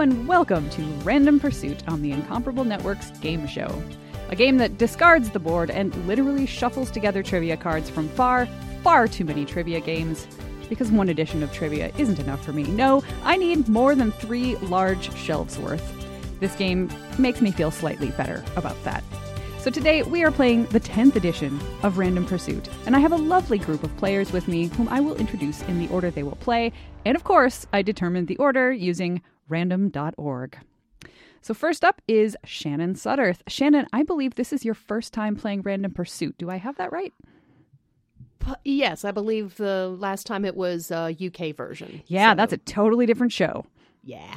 and welcome to Random Pursuit on the Incomparable Network's game show. A game that discards the board and literally shuffles together trivia cards from far, far too many trivia games. Because one edition of trivia isn't enough for me. No, I need more than three large shelves worth. This game makes me feel slightly better about that. So today we are playing the 10th edition of Random Pursuit, and I have a lovely group of players with me whom I will introduce in the order they will play. And of course, I determined the order using random.org. So first up is Shannon Sutterth. Shannon, I believe this is your first time playing Random Pursuit. Do I have that right? P- yes, I believe the last time it was uh, UK version. Yeah, So, that's a totally different show. yeah.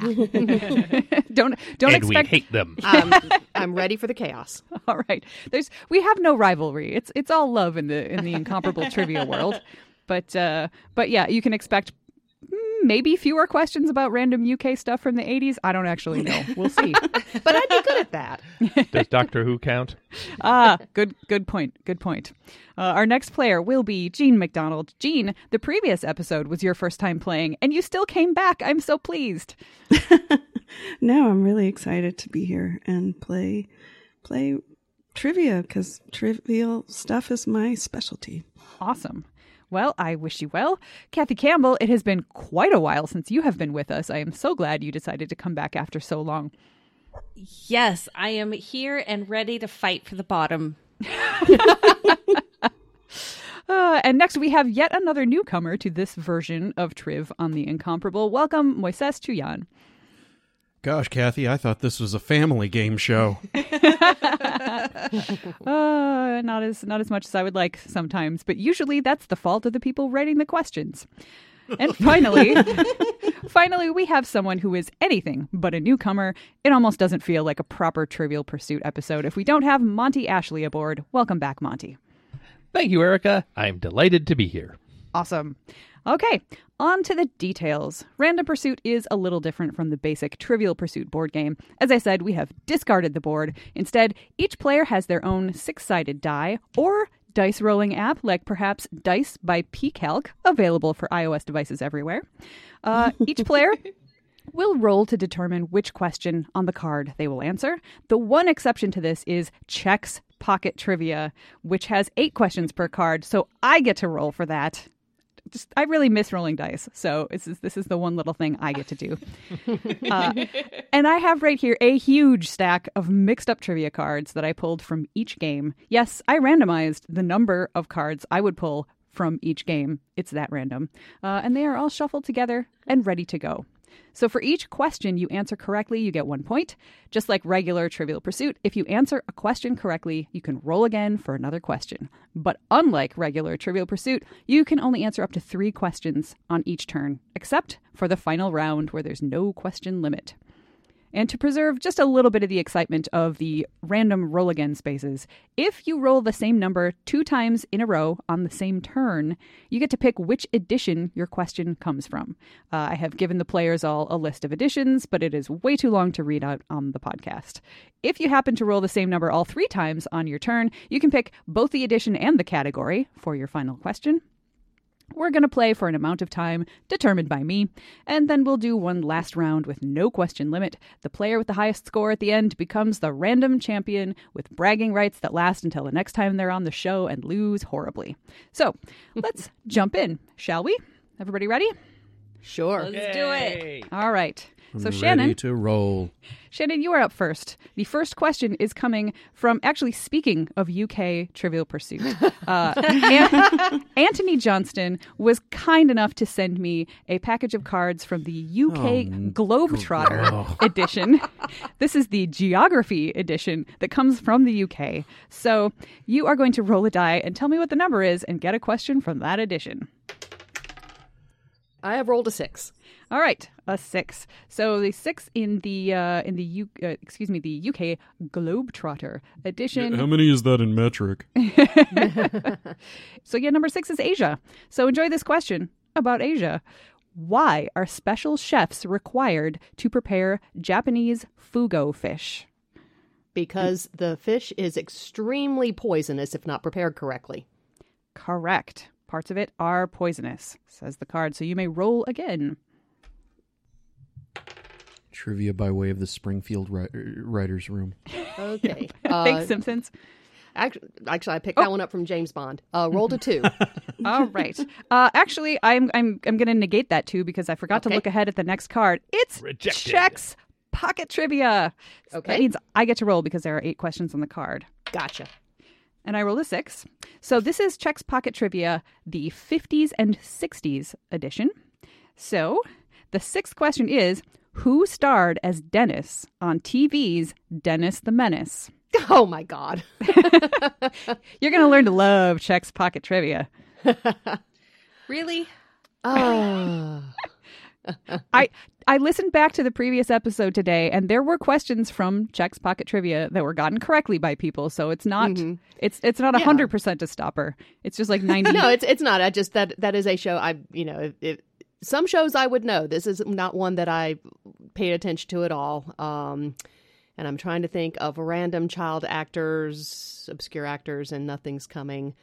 don't don't and expect we hate them. I'm, Um, I'm ready for the chaos. All right. There's we have no rivalry. It's it's all love in the in the incomparable trivia world. But uh but yeah, you can expect mm, maybe fewer questions about random UK stuff from the 80s. I don't actually know. We'll see. But I'd be good at that. Does Doctor Who count? ah, good good point. Good point. Uh, our next player will be Gene McDonald. Gene, the previous episode was your first time playing and you still came back. I'm so pleased. No, I'm really excited to be here and play play trivia because trivial stuff is my specialty. Awesome. Well, I wish you well. Kathy Campbell, it has been quite a while since you have been with us. I am so glad you decided to come back after so long. Yes, I am here and ready to fight for the bottom. Uh, and next, we have yet another newcomer to this version of Triv on the Incomparable. Welcome, Moises Chuyan. Gosh, Kathy, I thought this was a family game show. Uh, not as not as much as I would like sometimes, but usually that's the fault of the people writing the questions. And finally, finally, we have someone who is anything but a newcomer. It almost doesn't feel like a proper Trivial Pursuit episode if we don't have Monty Ashley aboard. Welcome back, Monty. Thank you, Erica. I'm delighted to be here. Awesome. Okay, on to the details. Random Pursuit is a little different from the basic Trivial Pursuit board game. As I said, we have discarded the board. Instead, each player has their own six sided die or dice rolling app, like perhaps Dice by pCalc, available for iOS devices everywhere. Uh, each player will roll to determine which question on the card they will answer. The one exception to this is Chex Pocket Trivia, which has eight questions per card, so I get to roll for that. Just, I really miss rolling dice, so this is this is the one little thing I get to do. Uh, and I have right here a huge stack of mixed up trivia cards that I pulled from each game. Yes, I randomized the number of cards I would pull from each game. It's that random, uh, and they are all shuffled together and ready to go. So for each question you answer correctly, you get one point. Just like regular Trivial Pursuit, if you answer a question correctly, you can roll again for another question. But unlike regular Trivial Pursuit, you can only answer up to three questions on each turn, except for the final round where there's no question limit. And to preserve just a little bit of the excitement of the random roll again spaces, if you roll the same number two times in a row on the same turn, you get to pick which edition your question comes from. Uh, I have given the players all a list of editions, but it is way too long to read out on the podcast. If you happen to roll the same number all three times on your turn, you can pick both the edition and the category for your final question. We're going to play for an amount of time determined by me, and then we'll do one last round with no question limit. The player with the highest score at the end becomes the random champion with bragging rights that last until the next time they're on the show and lose horribly. So let's jump in, shall we? Everybody ready? Sure. Let's do it. All right. so, I'm Shannon, ready to roll. Shannon, you are up first. The first question is coming from actually speaking of UK Trivial Pursuit. Uh, An- Anthony Johnston was kind enough to send me a package of cards from the UK Globetrotter edition. This is the geography edition that comes from the UK. So you are going to roll a die and tell me what the number is and get a question from that edition. I have rolled a six. All right, a six. So the six in the uh, in the U- uh, excuse me the UK Globetrotter edition. How many is that in metric? so yeah, number six is Asia. So enjoy this question about Asia. Why are special chefs required to prepare Japanese fugo fish? Because the fish is extremely poisonous if not prepared correctly. Correct. Parts of it are poisonous, says the card. So you may roll again. Trivia by way of the Springfield ri- Writers Room. Okay. Thanks, Simpsons. Actually, Uh, actually, I picked Oh. that one up from James Bond. Uh, rolled a two. All right. Uh, actually, I'm I'm I'm going to negate that too because I forgot to Okay. look ahead at the next card. It's Rejected. checks pocket trivia. So Okay. That means I get to roll because there are eight questions on the card, gotcha. and I roll a six. So this is checks pocket trivia, the 50s and 60s edition. So the sixth question is. Who starred as Dennis on TV's Dennis the Menace? Oh my God. You're going to learn to love Chex Pocket Trivia. Really? Uh, I I listened back to the previous episode today, and there were questions from Check's Pocket Trivia that were gotten correctly by people. So it's not it's it's not hundred percent a stopper. It's just like ninety. no, it's it's not. I just that that is a show. I you know if, if- some shows I would know. This is not one that I paid attention to at all. Um, and I'm trying to think of random child actors, obscure actors, and nothing's coming.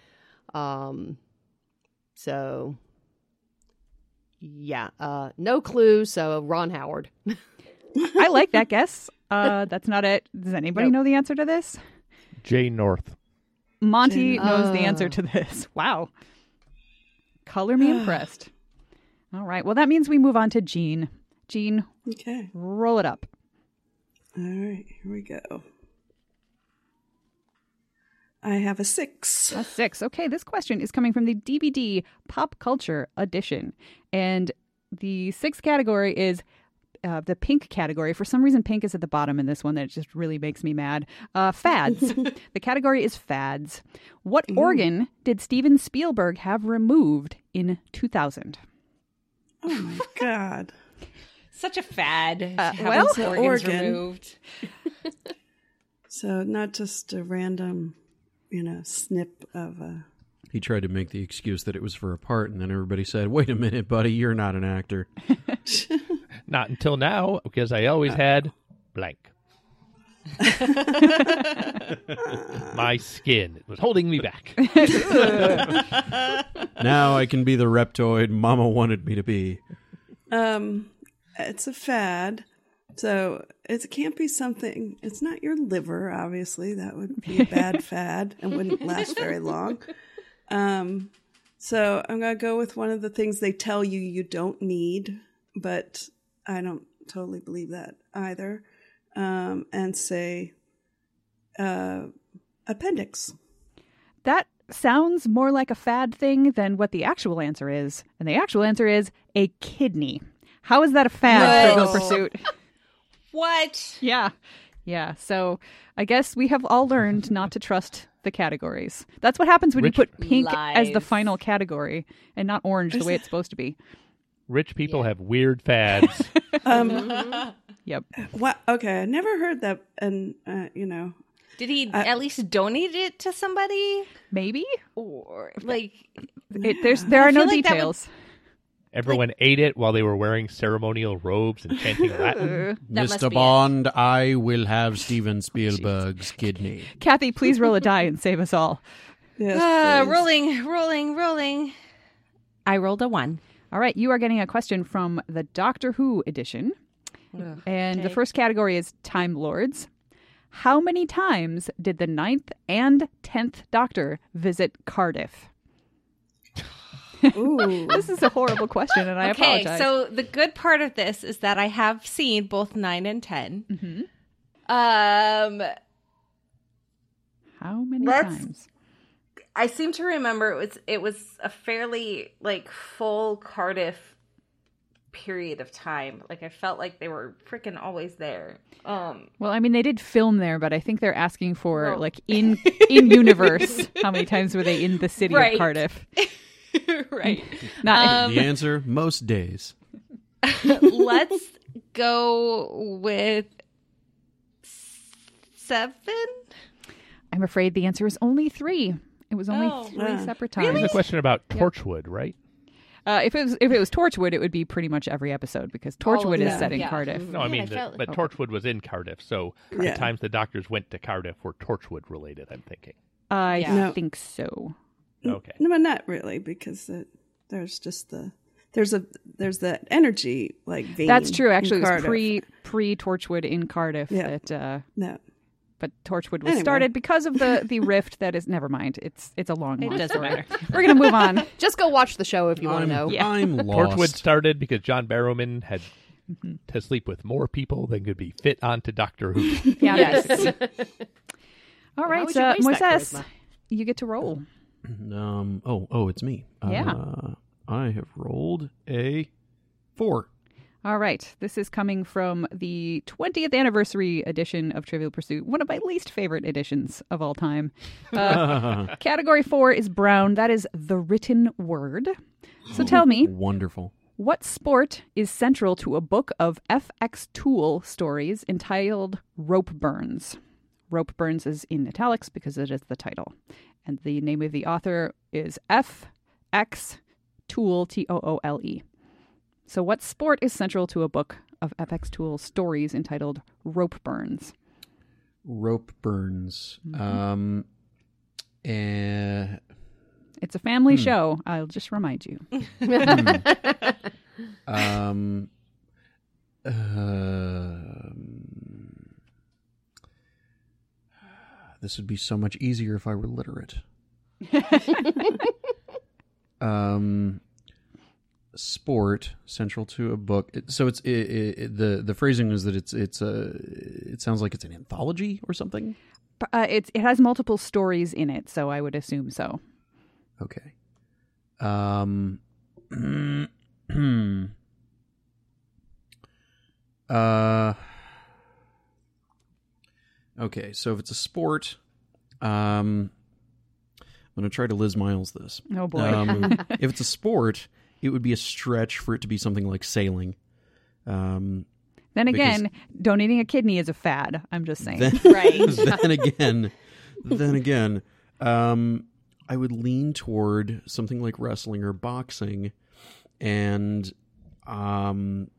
Um, so yeah, uh, no clue. So Ron Howard. I like that guess. Uh, that's not it. Does anybody know the answer to this? Jay North. Monty Jane- knows the answer to this. Wow. Color me impressed. All right. Well, that means we move on to Gene. Gene, Okay. roll it up. All right. Here we go. I have a six. A six. Okay, this question is coming from the DVD Pop Culture Edition. And the sixth category is uh, the pink category. For some reason, pink is at the bottom in this one that just really makes me mad. Uh, fads. the category is fads. What organ did Steven Spielberg have removed in 2000? Oh my god. Such a fad. Uh, having well, some organs organ. removed. So not just a random, you know, snip of a. He tried to make the excuse that it was for a part, and then everybody said, "Wait a minute, buddy, you're not an actor." Not until now, because I always had blank. My skin was holding me back. now I can be the reptoid Mama wanted me to be. Um, it's a fad. So it can't be something. It's not your liver, obviously. That would be a bad fad and wouldn't last very long. Um, so I'm gonna go with one of the things they tell you you don't need, but I don't totally believe that either. Um, and say, uh, appendix. That sounds more like a fad thing than what the actual answer is. And the actual answer is a kidney. How is that a fad, Trivial Whoa. Pursuit? What? Yeah. Yeah. So I guess we have all learned not to trust the categories. That's what happens when Rich- you put pink as the Lies. final category and not orange the way it's supposed to be. Rich people have weird fads. Yep. What? Okay, I never heard that. And uh, you know, Did he at least donate it to somebody? Maybe? Or like It, there's there are I no feel like that would- details. Everyone ate it while they were wearing ceremonial robes and chanting Latin. That must Mr. be Bond, I will have Oh, Steven Spielberg's kidney. Kathy, please roll a die and save us all. yes, Uh, please. rolling, rolling, rolling. I rolled a one. All right, you are getting a question from the Doctor Who edition. and the first category is Time Lords. How many times did the ninth and tenth Doctor visit Cardiff? Ooh. This is a horrible question, and I okay, apologize. so the good part of this is that I have seen both nine and 10 Um, How many Let's- times? I seem to remember it was it was a fairly like full Cardiff period of time. Like I felt like they were freaking always there. Um, Well, I mean, they did film there, but I think they're asking for Well- like in in universe. how many times were they in the city Right. Um, of Cardiff? right. Not the answer: most days. Let's go with seven. I'm afraid the answer is only three. It was only Oh. three Yeah. separate It times. was a question about Torchwood, right? Uh, if it was if it was Torchwood, it would be pretty much every episode because Torchwood is them, set in yeah. Cardiff. No, I Man, mean, I the- felt- but Torchwood was in Cardiff, so Yeah. the times the doctors went to Cardiff were Torchwood related. I'm thinking. I Yeah. No. think so. Okay. No, but not really, because it, there's just the there's a there's that energy like vein. That's true. in Actually, it was Cardiff. pre pre Torchwood in Cardiff Yeah. that. Uh, No, but Torchwood was Anyway. started because of the the rift that is. Never mind. It's it's a long It one. doesn't matter. We're gonna move on. Just go watch the show Oh, if you want I'm, to know. Yeah. I'm lost. Torchwood started because John Barrowman had Mm-hmm. to sleep with more people than could be fit onto Doctor Who. Yeah. Yes. that's- All right, would you uh, waste that Moises, charisma? you get to roll. Um. Oh. Oh. It's me. Yeah. Uh, I have rolled a four. All right. This is coming from the 20th anniversary edition of Trivial Pursuit, one of my least favorite editions of all time. Uh, category four is brown. That is the written word. So tell me, Wonderful. what sport is central to a book of FX Tool stories entitled Rope Burns? Rope Burns is in italics because it is the title. And the name of the author is FX Tool, T O O L E. So, what sport is central to a book of FX Tool stories entitled Rope Burns? Rope burns. Um, eh, and It's a family show, I'll just remind you. um, um, this would be so much easier if I were literate. um, sport central to a book. It- So it's it, it, it- the the phrasing is that it's it's a it sounds like it's an anthology or something. P- Uh, it's, it has multiple stories in it, so I would assume so. Okay. Um. uh. Okay, so if it's a sport, um, I'm going to try to Liz Miles this. Oh, boy. Um, if it's a sport, it would be a stretch for it to be something like sailing. Um, Then Because- again, donating a kidney is a fad. I'm just saying. then, Right. then again, then again, um, I would lean toward something like wrestling or boxing, and um,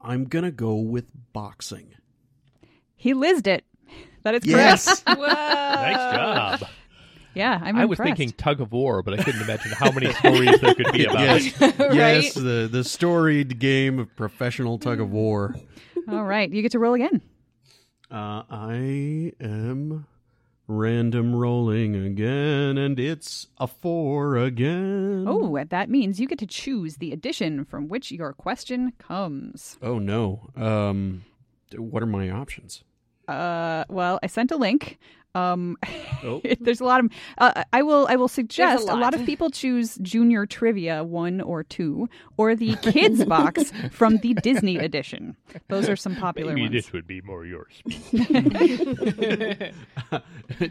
I'm gonna go with boxing. he lized it. That is correct. Yes, nice job. Yeah, Uh, I'm I was impressed. thinking tug of war, but I couldn't imagine how many stories there could be about yes, it. yes. The the storied game of professional tug of war. All right, you get to roll again. Uh, I am random rolling again, and it's a four again. Oh, that means you get to choose the edition from which your question comes. Oh no. Um, d- what are my options? Uh, well, I sent a link. Um, Oh. there's a lot of. Uh, I will. I will suggest a lot. lot. of people choose Junior Trivia one or two, or the Kids Box from the Disney edition. Those are some popular Maybe ones. this would be more yours.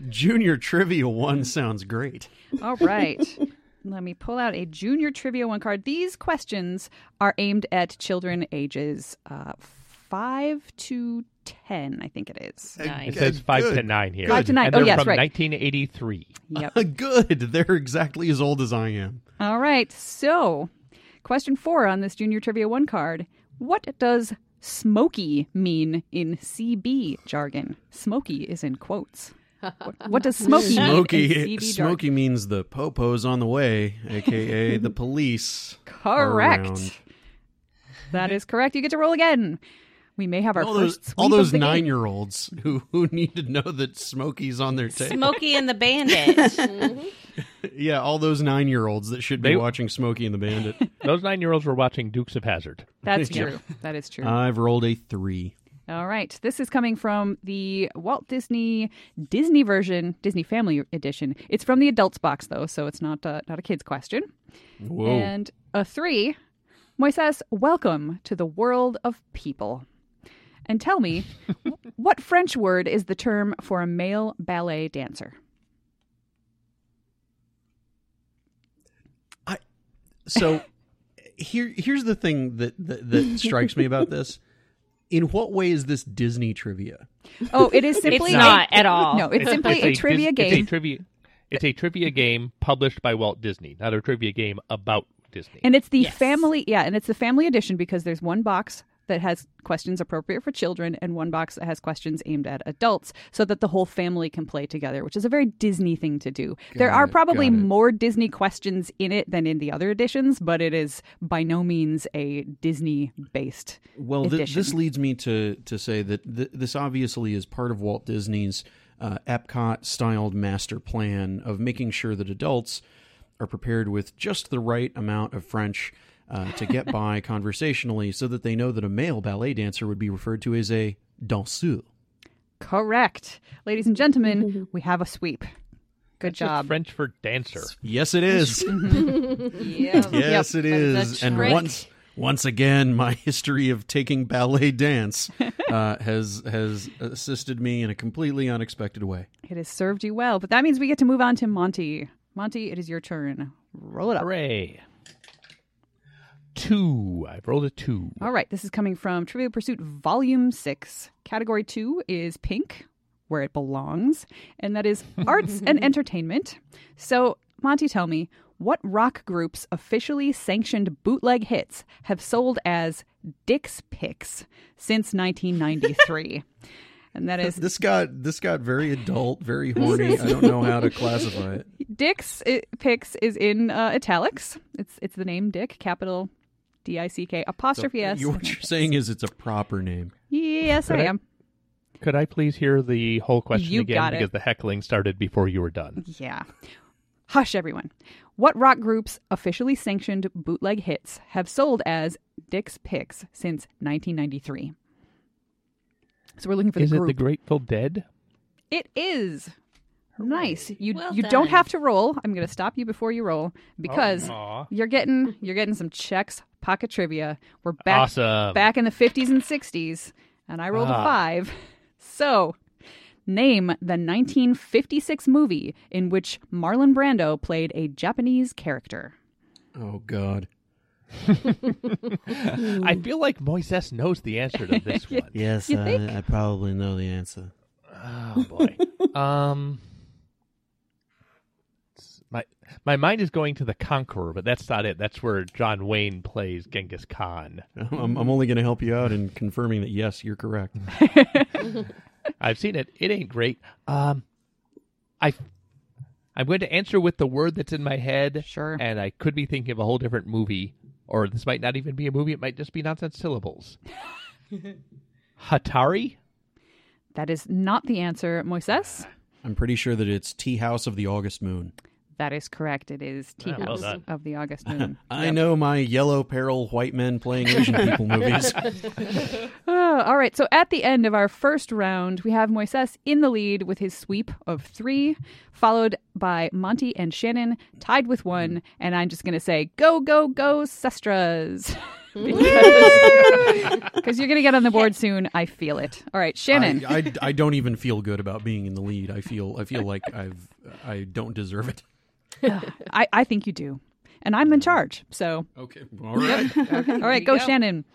Junior Trivia One sounds great. All right. Let me pull out a junior trivia one card. These questions are aimed at children ages uh, 5 to 10, I think it is. It says five to nine here. Five to nine. And Oh, they're yes, from right. 1983. Yep. Good. They're exactly as old as I am. All right. So, question four on this junior trivia one card What does smoky mean in CB jargon? Smoky is in quotes. What, what does smoky mean? in Smokey. CB jargon? Smokey means the popos on the way, aka the police. are around. Correct. That is correct. You get to roll again. We may have our all first those, sweep all of those the game. nine-year-olds who who need to know that Smokey's on their tail. Smokey and the Bandit. yeah, all those nine-year-olds that should be They- watching Smokey and the Bandit. Those nine year olds were watching Dukes of Hazard. That's Yeah. Uh, true. That is true. I've rolled a three. All right. This is coming from the Walt Disney Disney version, Disney Family Edition. It's from the adults box though, so it's not uh, not a kids question. Whoa. And a 3, Moises, welcome to the world of people. And tell me, what French word is the term for a male ballet dancer? so here here's the thing that that, that strikes me about this in what way is this disney trivia Oh, it is simply It's not at all. No, it's, simply a, dis- trivia it's game. a trivia, it's a trivia game published by Walt Disney, not a trivia game about Disney. And it's the Yes. family, yeah, and it's the family edition because there's one box that has questions appropriate for children and one box that has questions aimed at adults so that the whole family can play together, which is a very Disney thing to do. there are it, probably got it. more Disney questions in it than in the other editions, but it is by no means a Disney based. Well, thi- this edition. leads me to to say that th- this obviously is part of Walt Disney's uh, Epcot styled master plan of making sure that adults are prepared with just the right amount of French uh, to get by conversationally, so that they know that a male ballet dancer would be referred to as a danseur. Correct. Ladies and gentlemen, we have a sweep. Good It's just job. French for dancer. Yes, it is. Yeah. yes, it is. a And trick. once once again, my history of taking ballet dance uh, has has assisted me in a completely unexpected way. It has served you well, but that means we get to move on to Monty. Monty, it is your turn. Roll it up. Hooray. Two. I've rolled a two. All right, this is coming from Trivial Pursuit Volume 6. Category 2 is pink, where it belongs, and that is arts and entertainment. So, Monty, tell me, what rock group's officially sanctioned bootleg hits have sold as Dick's Picks since 1993? and that is This got this got very adult, very horny. I don't know how to classify it. Dick's i- Picks is in uh, italics. It's it's the name Dick, capital D I C K apostrophe S. You- what you're saying is it's a proper name. Yes, I Correct. am. Could I please hear the whole question You again? got it. because the heckling started before you were done. Yeah. Hush, everyone. What rock group's officially sanctioned bootleg hits have sold as Dick's Picks since 1993? So we're looking for the Is it group. the Grateful Dead? it is. Nice. You Well you don't done. have to roll. I'm going to stop you before you roll because you're getting you're getting some checks pocket trivia. We're back Awesome. back in the 50s and 60s and I rolled a Ah. 5. So, name the 1956 movie in which Marlon Brando played a Japanese character. Oh God. I feel like Moises knows the answer to this one. Yes, uh, You I- think? probably know the answer. Oh boy. um it's- my my mind is going to the Conqueror, but that's not it. That's where John Wayne plays Genghis Khan. I'm, I'm only going to help you out in confirming that yes, you're correct. I've seen it. It ain't great. Um I I'm going to answer with the word that's in my head. Sure. And I could be thinking of a whole different movie. Or this might not even be a movie, it might just be nonsense syllables. Hatari? That is not the answer, Moises. Ah. I'm pretty sure that it's Tea House of the August Moon. That is correct. It is Tea Ah, well House done. Ah, of the August Moon. I know my yellow peril white men playing Asian people movies. Oh, all right. So at the end of our first round, we have Moises in the lead with his sweep of three, followed by Monty and Shannon, tied with one. And I'm just going to say, go, go, go, Sestras. Because you're going to get on the board soon. I feel it. All right, Shannon. I, I, I don't even feel good about being in the lead. I feel I feel like I've I don't deserve it. I, I think you do. And I'm in charge. So, Okay, all right. all right, go, Shannon.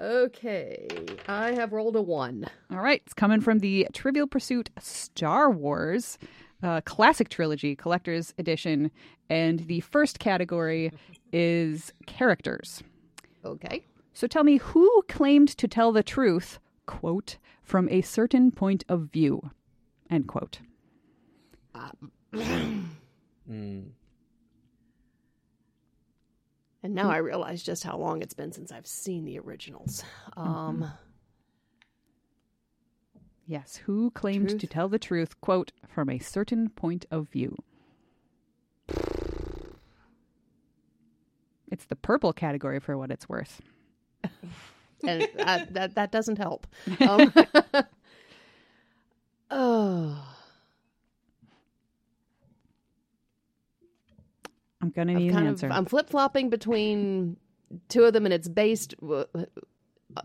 Okay, I have rolled a one. All right, it's coming from the Trivial Pursuit Star Wars uh, Classic Trilogy Collector's Edition. And the first category is characters. Okay. So tell me who claimed to tell the truth, quote, from a certain point of view, end quote. And now I realize just how long it's been since I've seen the originals. Um, Yes, who claimed to tell the truth, quote, from a certain point of view? It's the purple category for what it's worth. and I, that that doesn't help. Um, oh, I'm going to I'm need an kind answer. of I'm flip flopping between two of them, and it's based. w-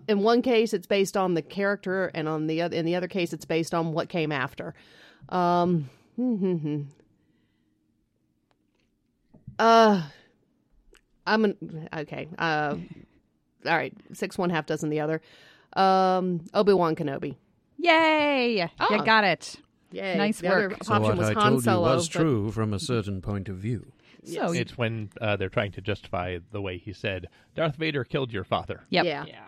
In one case, it's based on the character, and on the other, in the other case, it's based on what came after. Um, uh, I'm an okay. Uh, all right, six one half dozen the other. Um, Obi Wan Kenobi. Yay! You got it. Yay! Nice the other work. option was Han Solo. was but- true from a certain point of view. So, It's when uh, they're trying to justify the way he said, Darth Vader killed your father. yep. Yeah. Yeah.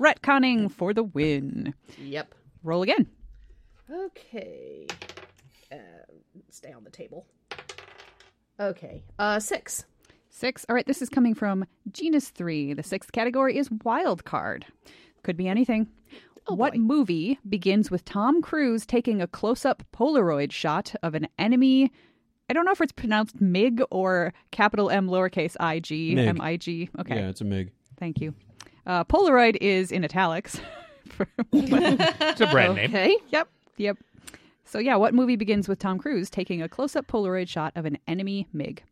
Retconning for the win. Yep. Roll again. Okay. Uh, stay on the table. Okay. Uh, six. Six. All right, this is coming from genus three. The sixth category is wild card. Could be anything. what movie begins with Tom Cruise taking a close up Polaroid shot of an enemy? I don't know if it's pronounced MIG or capital M lowercase I G Mig. M I G. Okay, Yeah, it's a Mig. thank you. Uh, Polaroid is in italics. It's a brand name. Okay. Yep. Yep. So yeah, what movie begins with Tom Cruise taking a close up Polaroid shot of an enemy MiG?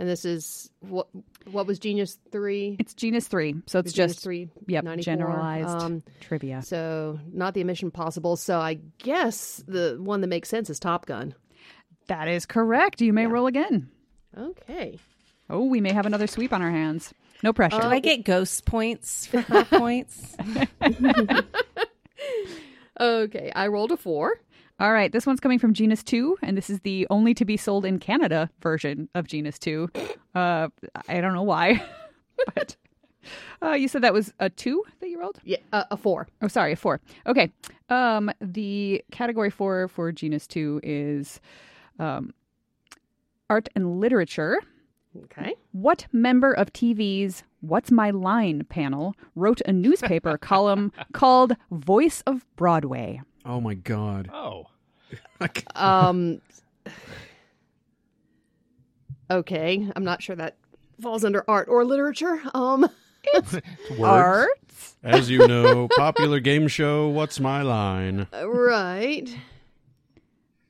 And this is what what was Genius three? It's genus three, so it's Genius just three. yep 94. generalized Um, trivia. so not the Mission Possible. So I guess the one that makes sense is Top Gun. That is correct. You may roll again. Okay. Oh, we may have another sweep on our hands. No pressure. Do I get ghost points for her points? Okay. I rolled a four. All right, this one's coming from Genus 2, and this is the only to be sold in Canada version of Genus 2. Uh, I don't know why, but uh, you said that was a 2 that you rolled? Yeah. Uh, a four. Oh, sorry, a 4. Okay. Um, the category 4 for Genus 2 is um, art and literature. Okay. What member of TV's What's My Line panel wrote a newspaper column called Voice of Broadway? Oh my god. Oh, Um. okay. I'm not sure that falls under art or literature. Um. it's words. Arts? As you know, popular game show What's My Line? Right.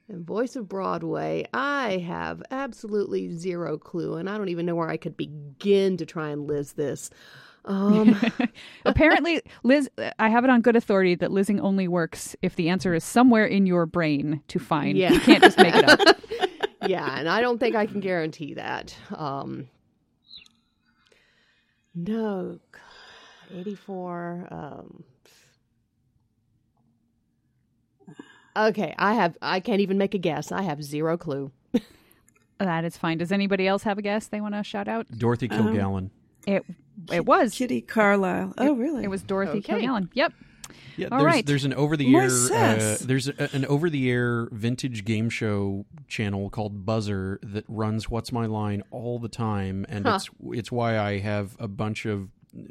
And Voice of Broadway, I have absolutely zero clue, and I don't even know where I could begin to try and list this. Um, Apparently, Liz, I have it on good authority that Lizing only works if the answer is somewhere in your brain to find. Yeah. You can't just make it up. yeah, and I don't think I can guarantee that. Um, no, 84. Um, okay, I have. I can't even make a guess. I have zero clue. that is fine. Does anybody else have a guess they want to shout out? Dorothy Kilgallen. It it was. Kitty Carlisle. Oh, really? It was Dorothy Okay. Kilgallen. Yep. Yeah, All there's, right. there's an over the air uh, Moises. there's a, an over the air vintage game show channel called Buzzer that runs What's My Line all the time, and it's it's why I have a bunch of uh,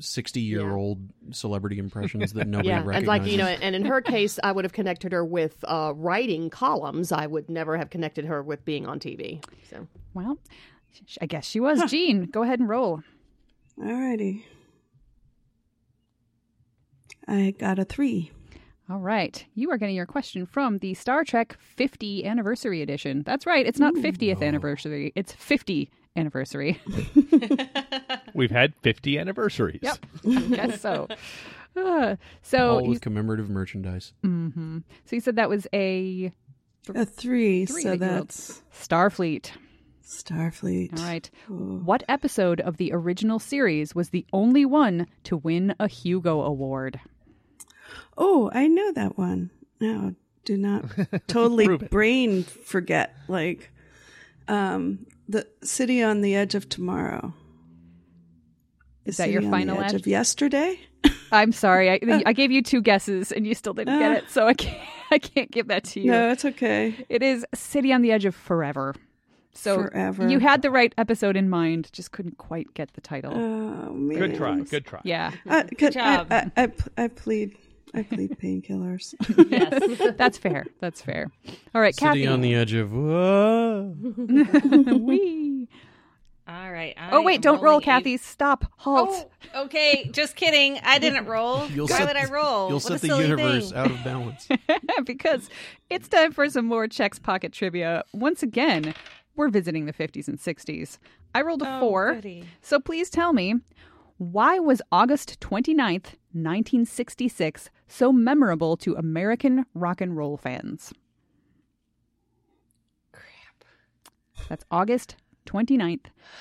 sixty year old celebrity impressions that nobody yeah, recognizes. and like you know, and in her case, I would have connected her with uh, writing columns. I would never have connected her with being on TV. So Well, sh- I guess she was. Jean, go ahead and roll. Alrighty. I got a three. All right. You are getting your question from the Star Trek 50 Anniversary Edition. That's right. It's not 50th anniversary, it's 50 anniversary. We've had 50 anniversaries. Yep. I guess so. Uh, so all you with commemorative merchandise. hmm So you said that was a A three. Three so that you rolled. that's Starfleet. Starfleet. All right. Ooh. What episode of the original series was the only one to win a Hugo Award? Oh, I know that one. No, do not totally Prove it. brain forget. Like, um, the city on the edge of tomorrow. The Is that your City on the final edge ad- of yesterday? I'm sorry. Uh. I, I gave you two guesses and you still didn't get it, so I can't, I can't give that to you. No, it's okay. It is City on the Edge of Forever. So Forever. you had the right episode in mind, just couldn't quite get the title. Oh man, Good try. Good try. yeah, Uh, good job. I, I, I, pl- I plead. I plead painkillers. that's fair. That's fair. All right, City Kathy. on the edge of whoa. Whee. All right. I Oh wait, am don't roll, rolling a- Kathy. Stop. Halt. Oh, okay. Just kidding. I didn't roll. Why would I roll? You'll What a set the silly universe thing. out of balance. because it's time for some more Chex Pocket trivia. Once again, we're visiting the 50s and 60s. I rolled a Oh, four. goody. So please tell me, why was August 29th, 1966 so memorable to American rock and roll fans? Crap. That's August 29th,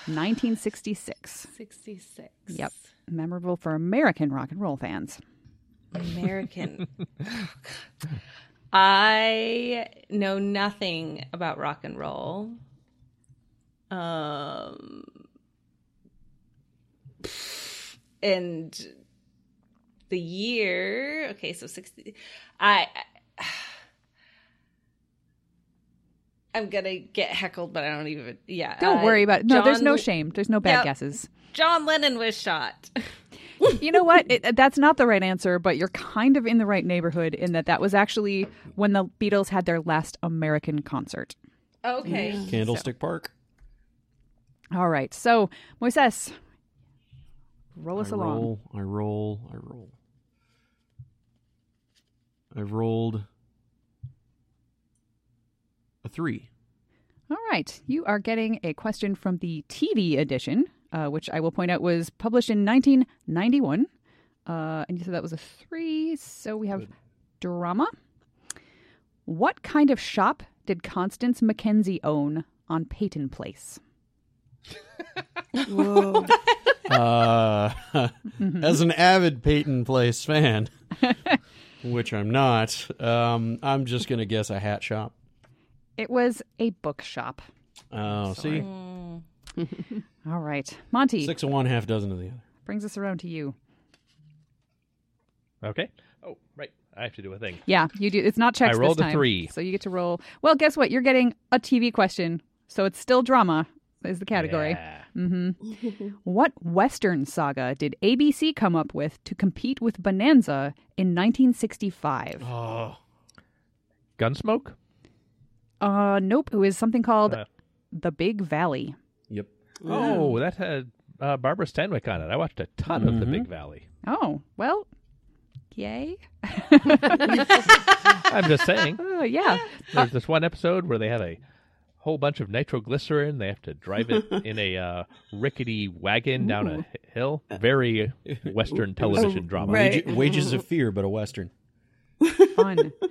1966. 66. Yep. Memorable for American rock and roll fans. American. Oh, God. I know nothing about rock and roll. Um, and the year okay so 60 i I- i'm gonna get heckled but i don't even yeah Don't uh, worry about it. No, there's John no Le- shame. There's no bad No. guesses. john lennon was shot You know what? It, that's not the right answer, but you're kind of in the right neighborhood in that that was actually when the Beatles had their last American concert. okay Candlestick Park. All right. So, Moises, roll us I along. roll, I roll, I roll. I rolled a three. All right. You are getting a question from the TV edition, uh, which I will point out was published in 1991. Uh, and you said that was a three. So we have drama. What kind of shop did Constance Mackenzie own on Peyton Place? Whoa. Uh, as an avid Peyton Place fan, which I'm not, um, I'm just going to guess a hat shop. It was a bookshop. Oh, see? All right. Monty Six of one, half dozen of the other. brings us around to you. Okay. Oh, right. I have to do a thing. Yeah, you do. It's not checks I rolled this a time. three. So you get to roll. Well, guess what? You're getting a TV question. So it's still drama is the category. Yeah. What Western saga did ABC come up with to compete with Bonanza in 1965? Oh. Gunsmoke? Uh, nope. It was something called Uh. The Big Valley. Yep. Oh, that had uh, Barbara Stanwyck on it. I watched a ton of The Big Valley. Oh, well, yay. I'm just saying. Oh, yeah. There's this one episode where they have a whole bunch of nitroglycerin. They have to drive it in a uh, rickety wagon down a h- hill. Very Western television drama. right. Wage- wages of fear, but a Western. Fun.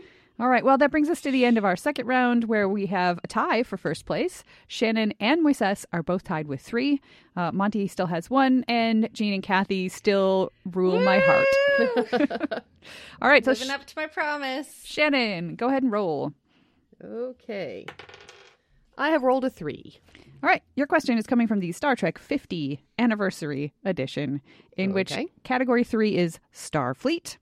All right. Well, that brings us to the end of our second round where we have a tie for first place. Shannon and Moises are both tied with three. Uh, Monty still has one, and Jean and Kathy still rule my heart. All right. So, living up to my promise Shannon, go ahead and roll. Okay. I have rolled a three. All right, your question is coming from the Star Trek 50 Anniversary Edition, in which Okay. category three is Starfleet.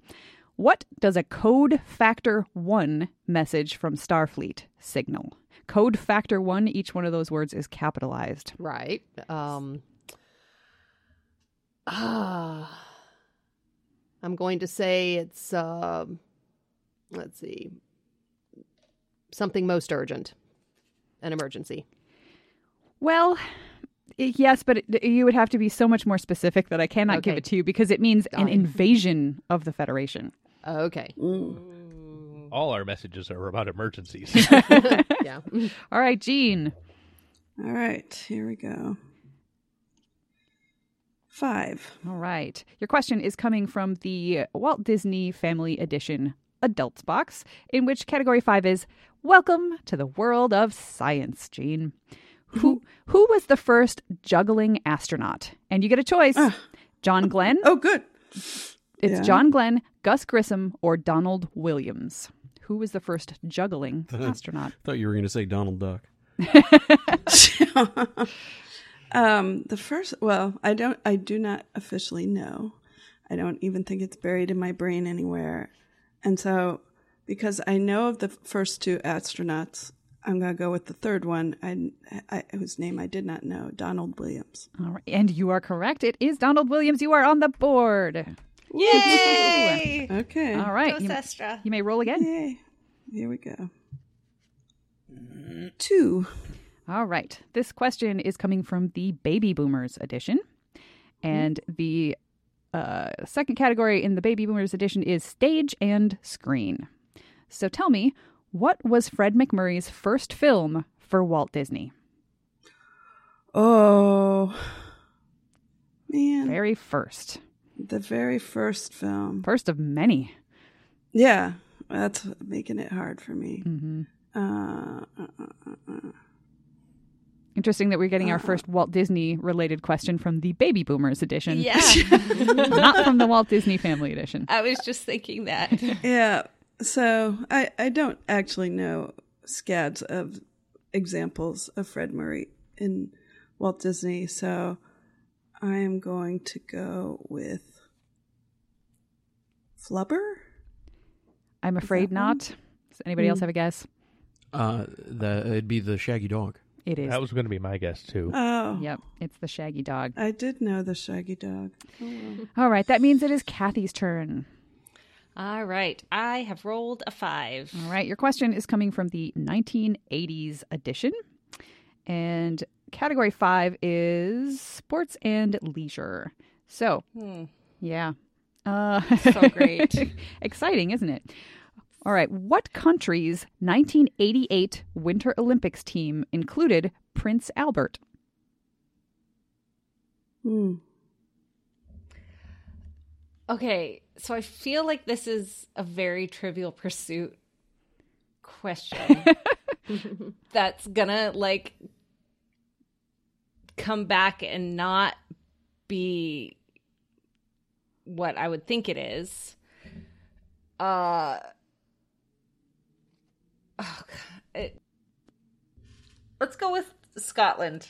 What does a code factor one message from Starfleet signal? Code factor one, each one of those words is capitalized. Right. Um, ah, I'm going to say it's, um let's see, something most urgent, an emergency. Well, i- yes, but it, you would have to be so much more specific that I cannot give Okay. it to you because it means an Got it. invasion of the Federation. Okay. Mm. All our messages are about emergencies. Yeah. All right, Gene. All right, here we go. Five. All right. Your question is coming from the Walt Disney Family Edition Adults Box, in which category five is Welcome to the World of Science, Gene. Who who was the first juggling astronaut? And you get a choice. John Glenn. Ah. Oh, good. it's yeah. John Glenn, Gus Grissom, or Donald Williams. Who was the first juggling astronaut? Thought you were going to say Donald Duck. Um, the first, well, I don't, I do not officially know. I don't even think it's buried in my brain anywhere. And so, because I know of the first two astronauts, I'm going to go with the third one, I, I, whose name I did not know, Donald Williams. All right. And you are correct. It is Donald Williams. You are on the board. yay Okay. All right. Dos You, Estra. you may roll again. Yay. Here we go. Two. All right. This question is coming from the Baby Boomers edition. And the uh, second category in the Baby Boomers edition is stage and screen. So tell me, what was Fred McMurray's first film for Walt Disney? Oh, man. Very first. The very first film. First of many. Yeah, that's making it hard for me. hmm Uh, uh, uh, uh. Interesting that we're getting our first Walt Disney related question from the Baby Boomers edition, yeah not from the Walt Disney Family edition. Uh, i was just thinking that yeah. So I I don't actually know scads of examples of Fred Murray in Walt Disney. So I am going to go with Flubber. I'm afraid not. Does anybody else have a guess? Uh, the, it'd be the Shaggy Dog. It is. That was going to be my guess too. Oh, Yep, it's the shaggy dog. I did know the Shaggy Dog. Oh, well. All right, that means it is Kathy's turn. All right. I have rolled a five. All right, your question is coming from the 1980s edition. And category five is sports and leisure. So, Hmm. yeah. Uh, So great. exciting, isn't it? All right, what country's 1988 Winter Olympics team included Prince Albert? Hmm. Okay. So I feel like this is a very trivial pursuit question that's gonna like come back and not be what I would think it is. Uh oh, God. It, Let's go with Scotland.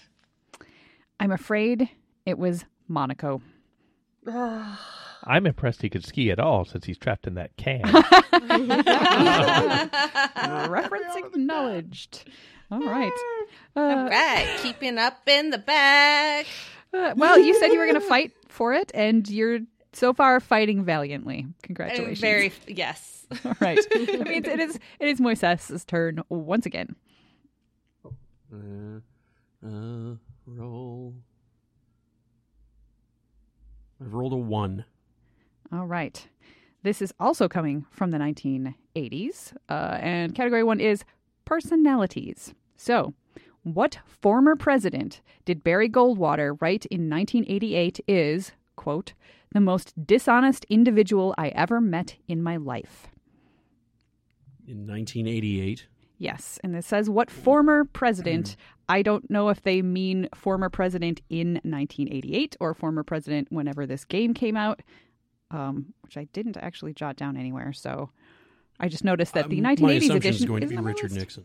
I'm afraid it was Monaco. I'm impressed he could ski at all since he's trapped in that can. Reference acknowledged. All right. Ah. All right, keeping up in the back. Uh, well, you said you were going to fight for it, and you're so far fighting valiantly. Congratulations. very yes. All right. I mean, it is it is Moises's turn once again. Uh, roll. I've rolled a one. All right. This is also coming from the 1980s, uh, and category one is personalities. So, what former president did Barry Goldwater write in 1988 is, quote, the most dishonest individual I ever met in my life? In 1988. Yes, and this says what former Mm. president. I don't know if they mean former president in 1988 or former president whenever this game came out, um, which I didn't actually jot down anywhere. So I just noticed that the Um, 1980s My assumption edition is going to be isn't on the Richard list. Nixon.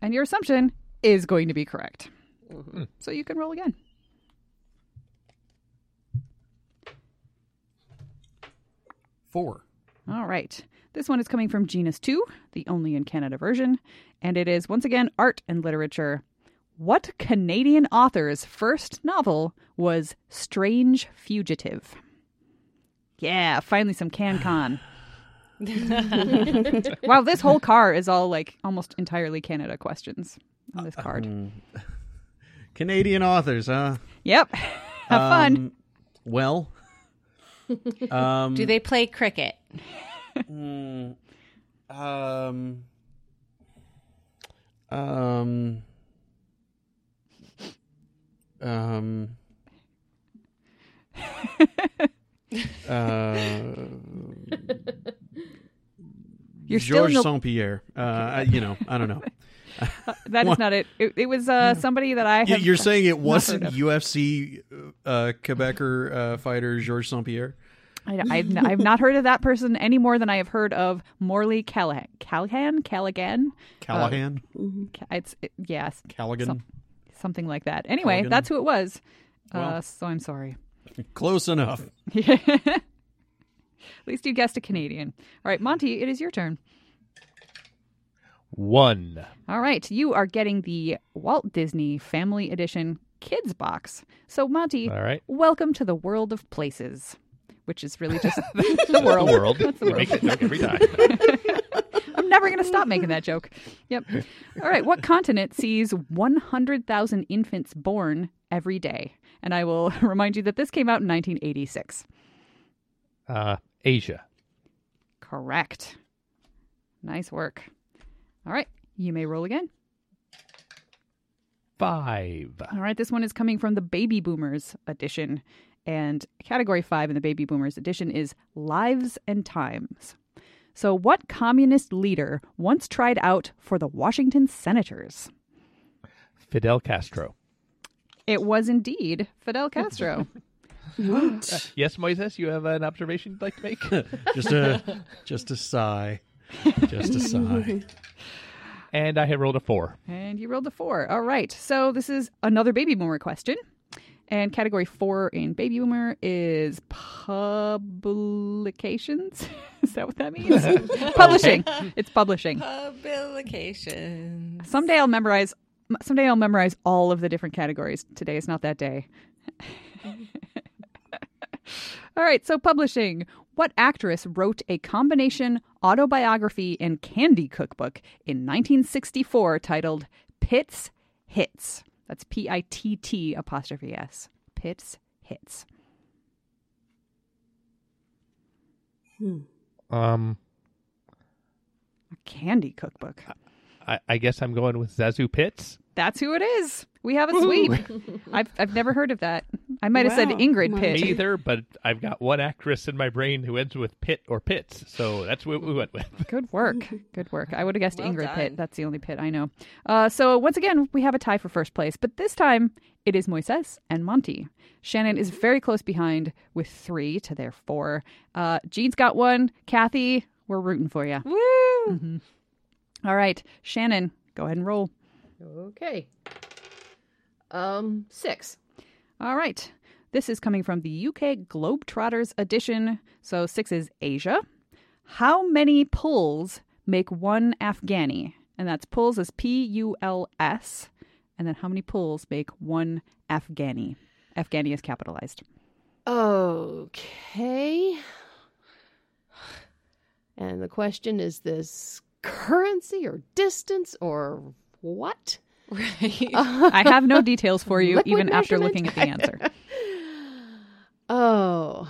And your assumption is going to be correct. So you can roll again. Four. All right. This one is coming from Genus 2, the only in Canada version, and it is once again art and literature. What Canadian author's first novel was Strange Fugitive? Yeah, finally some CanCon. wow, this whole car is all like almost entirely Canada questions on this Uh, card. mm. Canadian authors, huh? Yep. Have fun. Um, well, um, Do they play cricket? mm, um, um, um, uh, You're still in Georges the- Saint Pierre. Uh, I- you know, I don't know. That is not it. It, it was uh, somebody that I Y- have You're saying it wasn't of. UFC uh, Quebecer uh, fighter Georges Saint Pierre? I, I've, n- I've not heard of that person any more than I have heard of Morley Callahan. Callahan? Callahan? Callahan? Uh, Ca- It's, it, yes, Callaghan? some- something like that. Anyway, Callaghan. that's who it was. uh, Well. so I'm sorry. Close enough. At least you guessed a Canadian. All right, Monty, it is your turn. One. All right, you are getting the Walt Disney Family Edition Kids Box. So, Monty, All right. welcome to the world of places, which is really just The world. The world. That's the You world. Make that joke every time. I'm never going to stop making that joke. Yep. All right. What continent sees 100,000 infants born every day? And I will remind you that this came out in 1986. Uh, Asia. Correct. Nice work. All right. You may roll again. Five. All right. This one is coming from the Baby Boomers edition. And category five in the Baby Boomers edition is Lives and Times. So, what communist leader once tried out for the Washington Senators? Fidel Castro. It was indeed Fidel Castro. Yes, Moises, you have an observation you'd like to make? just a just a sigh just a sigh and I have rolled a four. and you rolled a four. All right. So this is another baby boomer question. And category four in Baby Boomer is publications. Is that what that means? publishing. It's publishing. Publication. Someday I'll memorize. Someday I'll memorize all of the different categories. Today is not that day. all right. So publishing. What actress wrote a combination autobiography and candy cookbook in 1964 titled Pitts Hits? That's P I T T apostrophe S. Pitts Hits. Um, A candy cookbook. I, I guess I'm going with Zazu Pitts. That's who it is. We have a sweep. I've I've never heard of that. I might have said Wow. Ingrid My Pitt. Me either, but I've got one actress in my brain who ends with Pitt or Pitts, so that's what we went with. Good work. Good work. I would have guessed Well Ingrid done. Pitt. That's the only Pitt I know. Uh, so, once again, we have a tie for first place, but this time it is Moises and Monty. Shannon Mm-hmm. is very close behind with three to their four. Uh, Jean's got one. Kathy, we're rooting for you. Woo! All right. Shannon, go ahead and roll. Okay. Um, six. All right. This is coming from the UK Globetrotters edition. So six is Asia. How many pulls make one Afghani? And that's pulls is P U L S. And then how many pulls make one Afghani? Afghani is capitalized. Okay. And the question is this currency or distance or what? Right. I have no details for you, Liquid even after measurement? looking at the answer. Oh.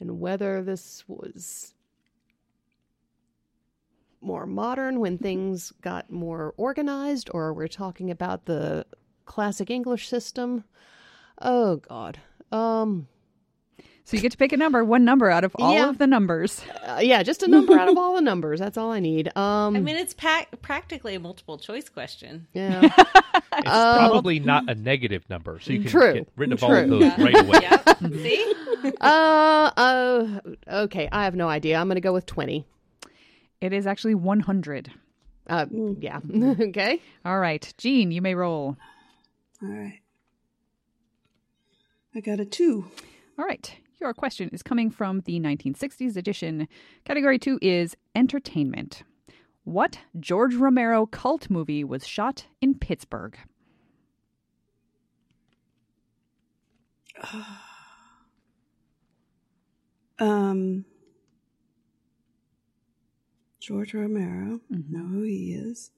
And whether this was more modern when things got more organized, or we're talking about the classic English system. Oh, God. Um, So you get to pick a number, one number out of all Yeah. of the numbers. uh, yeah, just a number out of all the numbers. That's all I need. Um, I mean, it's pa- practically a multiple choice question. yeah. It's Oh. probably not a negative number, so you can True. get rid of all of True. those right away. Yep. See? uh, uh, okay. I have no idea. I'm going to go with 20. It is actually 100. Uh, yeah. okay. All right. Jean, you may roll. All right. I got a two. All right. Your question is coming from the 1960s edition. Category two is entertainment. What George Romero cult movie was shot in Pittsburgh? Um, George Romero. Know who he is?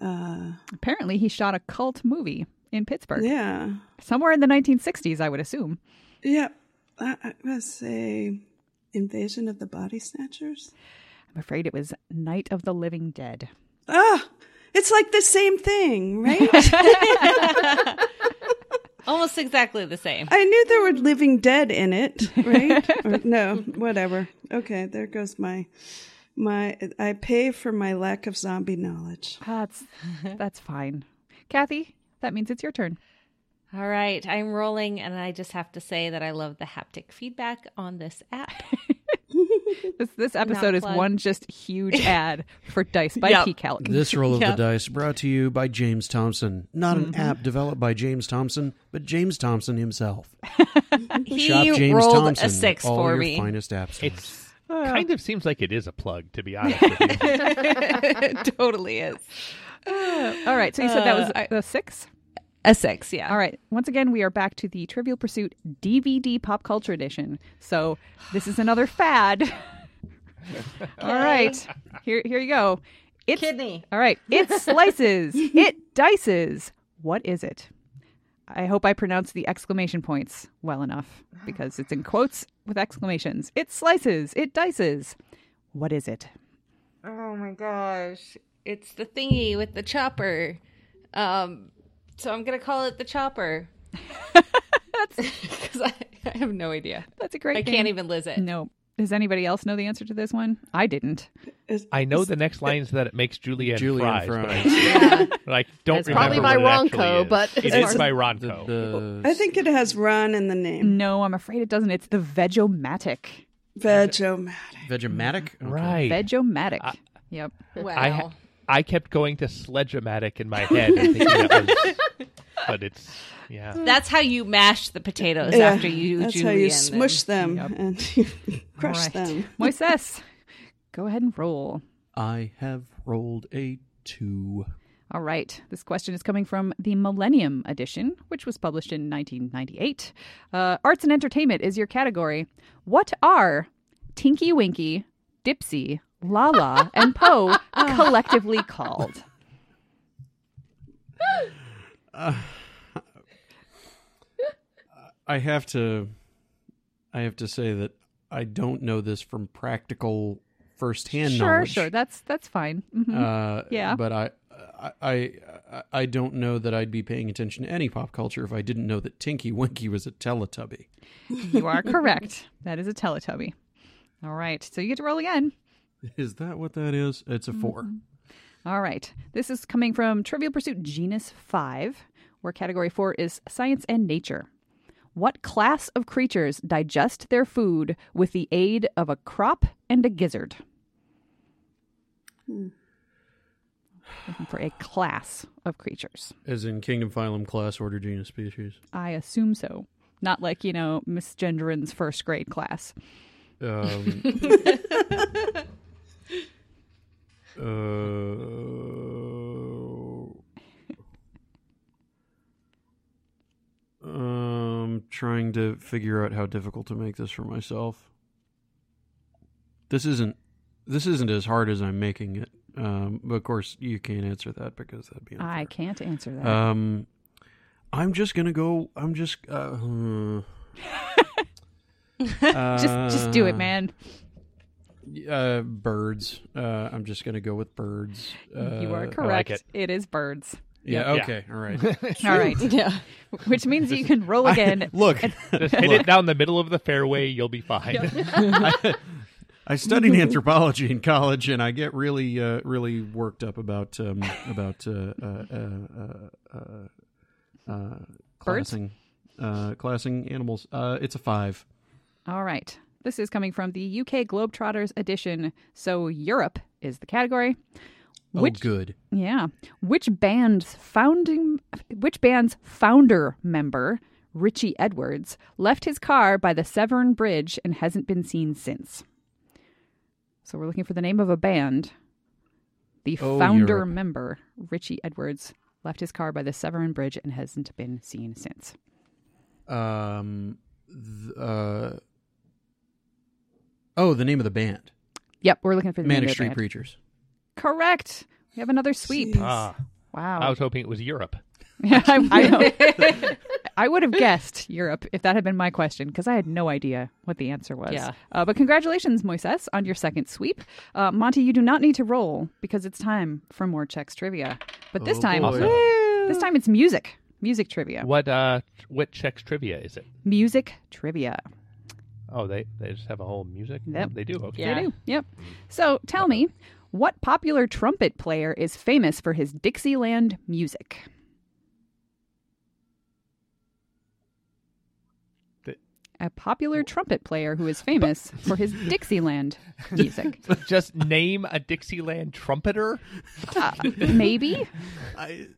Uh, Apparently, he shot a cult movie in Pittsburgh. yeah, Somewhere in the 1960s, I would assume. yep. I, I must say, Invasion of the Body Snatchers. I'm afraid it was Night of the Living Dead. Ah, it's like the same thing, right? Almost exactly the same. I knew there were Living Dead in it, right? Or- no, whatever. Okay, there goes my my. I pay for my lack of zombie knowledge. That's, that's fine. Kathy, that means it's your turn. All right. I'm rolling, and I just have to say that I love the haptic feedback on this app. This, this episode is plug. one just huge ad for Dice by Yep. PCalc. This roll of the dice brought to you by James Thompson. Not an Mm-hmm. app developed by James Thompson, but James Thompson himself. Shop He James rolled Thompson a six at all for your me. finest app stores. It's kind of seems like it is a plug, to be honest. With you. it totally is. All right. So you said that was the six? A six, yeah. All right. Once again, we are back to the Trivial Pursuit DVD pop culture edition. So this is another fad. All right. Here, here you go. It's, Kidney. All right. It slices. it dices. What is it? I hope I pronounced the exclamation points well enough because it's in quotes with exclamations. It slices. It dices. What is it? Oh my gosh. It's the thingy with the chopper. Um, so I'm going to call it the chopper. Because I, I have no idea. That's a great. I can't even liz it. No. Does anybody else know the answer to this one? I didn't. I know the next line is that it makes Julianne, Julianne fries, but I- Yeah. but I don't It's remember probably by what it Ronco, actually is. but- it It's- is by The- Ronco. the- I think it has Ron in the name. No, I'm afraid it doesn't. It's the Vegomatic. Vegomatic. Vegematic? Okay. Right. Ah. Vegomatic. yep. Wow. I ha- I kept going to Sledge-O-Matic in my head, and thinking that was, but it's yeah. That's how you mash the potatoes Yeah, after you. That's how julienne you them. smush them and you crush Right. them. Moises, go ahead and roll. I have rolled a two. All right. This question is coming from the Millennium Edition, which was published in 1998. Uh, arts and entertainment is your category. What are Tinky Winky, Dipsy, Lala, and Poe collectively called? I have to I have to say that I don't know this from practical firsthand sure, knowledge. sure. That's that's fine. Mhm. Uh, Yeah. But I, I, I, I don't know that I'd be paying attention to any pop culture if I didn't know that Tinky Winky was a Teletubby. you are correct. That is a Teletubby. All right. So you get to roll again. Is that what that is? It's a 4 Mm-hmm. All right. This is coming from Trivial Pursuit Genus 5, where category 4 is science and nature. What class of creatures digest their food with the aid of a crop and a gizzard? Looking for a class of creatures. As in kingdom, phylum, class, order, genus, species. I assume so. Not like, you know, Miss Gendron's first grade class. Um, uh, um, trying to figure out how difficult to make this for myself. This isn't. This isn't as hard as I'm making it. Um, but of course, you can't answer that because that'd be. I unfair. can't answer that. Um, I'm just gonna go. I'm just. Uh, hmm. just just do it, Uh, man. Uh, birds. Uh, I'm just gonna go with birds. Uh, you are I like correct. it is birds. Yeah. Yeah. Okay. All right. All right. Yeah. Which means you can roll again Look, Just hit it down the middle of the fairway, you'll be fine. I studied anthropology in college, and I get really, uh, really worked up about um, about uh, uh, uh, uh, uh, uh, Birds? classing, uh, classing animals. Uh, it's a five. All right. This is coming from the UK Globetrotters edition. So Europe is the category. oh, Which good. yeah. Which band's founding which band's founder member, Richie Edwards, left his car by the Severn Bridge and hasn't been seen since. So we're looking for the name of a band. The Oh, founder Europe. member, Richie Edwards, left his car by the Severn Bridge and hasn't been seen since. Um, th- uh, oh, the name of the band, Yep, we're looking for the name of Manic the Street band. Preachers. Correct. We have another sweep. ah, Wow. I was hoping it was Europe. Yeah, I, I know. I would have guessed Europe if that had been my question because I had no idea what the answer was. Yeah. Uh, but congratulations, Moises, on your second sweep. Uh, Monty, you do not need to roll because it's time for more checks trivia. But this Oh, time, boy. this time it's music. Music trivia. What uh, what Czechs trivia is it? Music trivia. Oh, they they just have a whole music. Yep. They do. Okay. Yeah. They do. Yep. Mm-hmm. So tell me, what popular trumpet player is famous for his Dixieland music? The- A popular trumpet player who is famous for his Dixieland music. Just name a Dixieland trumpeter. Uh, maybe? I,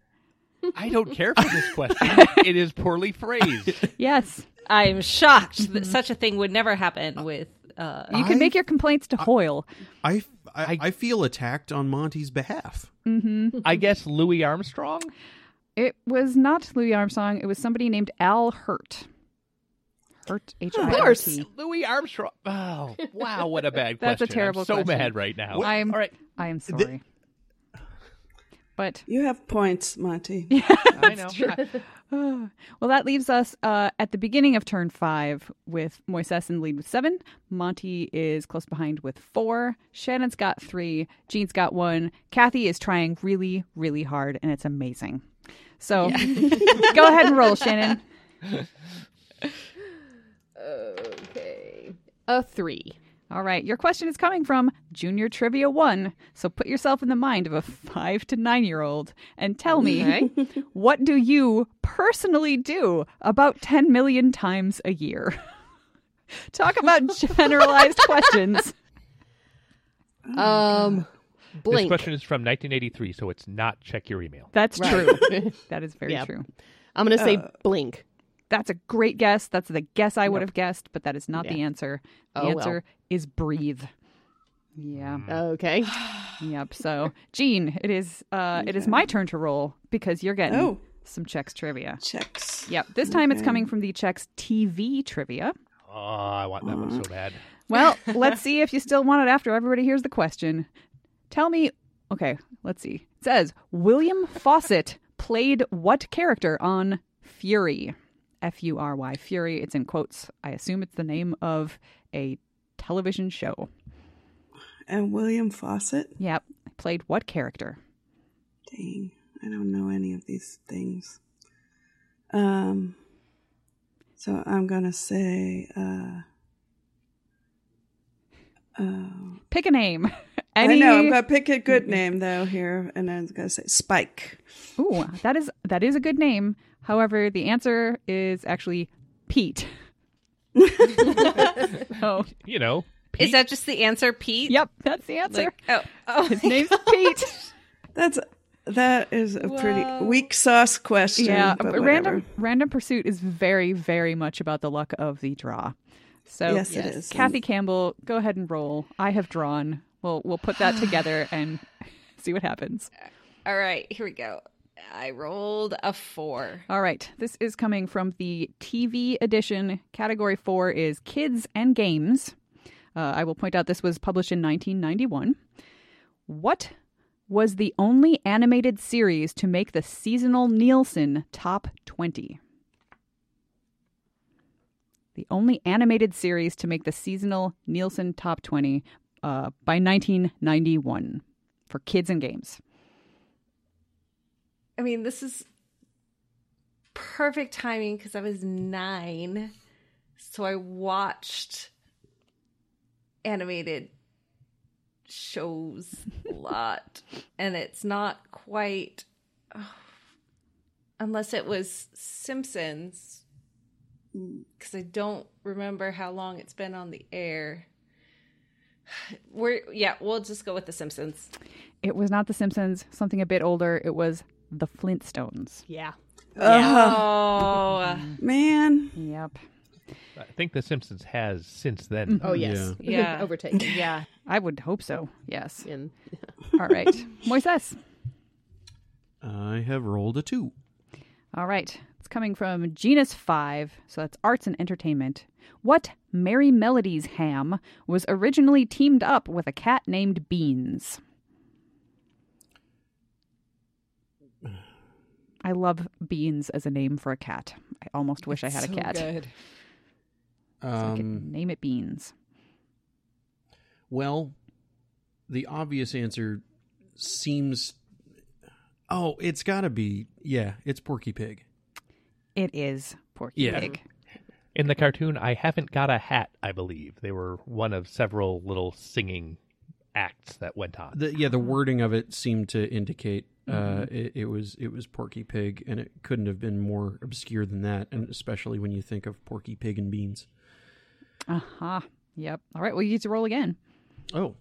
I don't care for this question. it is poorly phrased. Yes. I'm shocked Mm-hmm. that such a thing would never happen with. Uh, You can I- make your complaints to Hoyle. I, I, I feel attacked on Monty's behalf. I guess Louis Armstrong. It was not Louis Armstrong. It was somebody named Al Hurt. Hurt, H I R course. T. Louis Armstrong. Oh, wow! What a bad That's a question. terrible I'm so question. mad right now. I'm, All right. I am sorry. But You have points, Monty. I know. I- Ah. well, that leaves us uh, at the beginning of turn five with Moises in lead with seven. Monty is close behind with four. Shannon's got three. Jean's got one. Kathy is trying really, really hard, and it's amazing. So go ahead and roll, Shannon. Okay. A three. All right, your question is coming from Junior Trivia 1. So put yourself in the mind of a 5 to 9-year-old and tell me, what do you personally do about 10 million times a year? Talk about generalized questions. Um, This Blink. question is from 1983, so it's not check your email. That's true. True. That is very Yeah. true. I'm going to say blink. That's a great guess. That's the guess I would have guessed, but that is not the answer. The Oh, well. answer is breathe. Yeah. Okay. Yep. So, Gene, it is uh it is my turn to roll because you're getting Oh. some checks trivia. Checks. Yep. This time it's Okay. coming from the checks TV trivia. Oh, I want that one so bad. Well, let's see if you still want it after everybody hears the question. Tell me, okay, let's see. It says William Fawcett played what character on Fury? F U R Y Fury. It's in quotes. I assume it's the name of a television show. And William Fawcett. Yep. Played what character? Dang, I don't know any of these things. Um, so I'm gonna say, uh, uh, Pick a name. I Any... know I'm gonna pick a good name though here, and I'm gonna say Spike. Ooh, that is that is a good name. However, the answer is actually Pete. oh, You know, Pete, Is that just the answer, Pete? yep, that's the answer. Like, oh, oh. His name's Pete. That's that is a pretty weak sauce question. Yeah, but random whatever. random pursuit is very very much about the luck of the draw. So Yes, it is. Kathy Campbell, go ahead and roll. I have drawn. We'll we'll put that together and see what happens. All right, here we go. I rolled a four. All right, this is coming from the TV edition. Category four is kids and games. Uh, I will point out this was published in 1991. What was the only animated series to make the seasonal Nielsen top 20? The only animated series to make the seasonal Nielsen top 20 uh, by 1991 for kids and games. I mean, this is perfect timing because I was nine. So I watched animated shows a lot. And it's not quite. unless it was Simpsons, Mm. because I don't remember how long it's been on the air. We're yeah, we'll just go with the Simpsons. It was not The Simpsons, something a bit older. It was The Flintstones. Yeah. Ugh, Oh, man, Yep. I think The Simpsons has since then. Oh, yes. Yeah. Overtake. yeah. I would hope so. Yes. And All right. Moises. I have rolled a two. All right. It's coming from Genus 5, so that's arts and entertainment. What Merry Melodies ham was originally teamed up with a cat named Beans? I love Beans as a name for a cat. I almost wish I had a cat. So I could Um, name it Beans. well, the obvious answer seems. Oh, it's got to be. Yeah, it's Porky Pig. It is Porky Yeah. Pig. In the cartoon, I haven't got a hat. I believe they were one of several little singing acts that went on. The, yeah, the wording of it seemed to indicate uh, it, it was it was Porky Pig, and it couldn't have been more obscure than that. And especially when you think of Porky Pig and beans. Aha. Uh-huh. Yep. All right. Well, you get to roll again. Oh.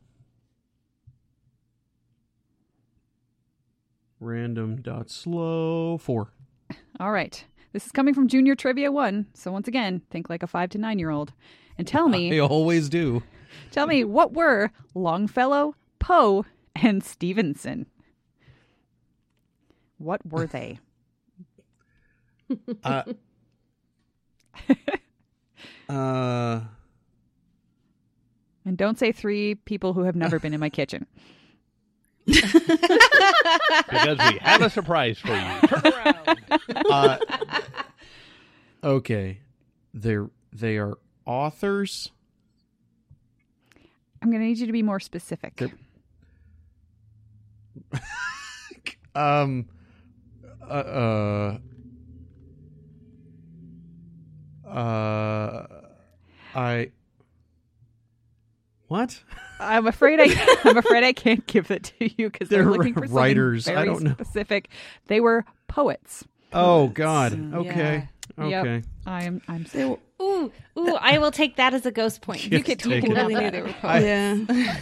Random dot slow four. All right. This is coming from Junior Trivia 1. So once again, think like a 5 to 9-year-old and tell They me, always do. tell me what were Longfellow, Poe, and Stevenson? What were they? Uh, uh, And don't say three people who have never been in my kitchen. because we have a surprise for you. Turn around. uh, okay, they're they are authors. I'm going to need you to be more specific. They're- Um, uh, uh, uh, I. What? I'm afraid I I'm afraid I can't give it to you cuz they're, They're looking for something writers. I very don't know. specific. They were poets. Oh God. Okay. Yep. Okay. I'm I'm they were, Ooh, ooh, I will take that as a ghost point. You Yes, could take it. totally knew they were poets. yeah.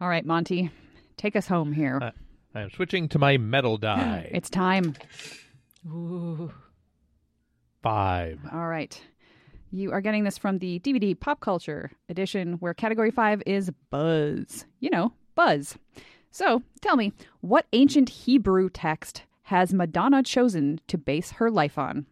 All right, Monty. Take us home here. Uh, I'm switching to my metal die. it's time. five. All right. You are getting this from the DVD Pop Culture edition, where category five is Buzz. You know, Buzz. So tell me, what ancient Hebrew text has Madonna chosen to base her life on?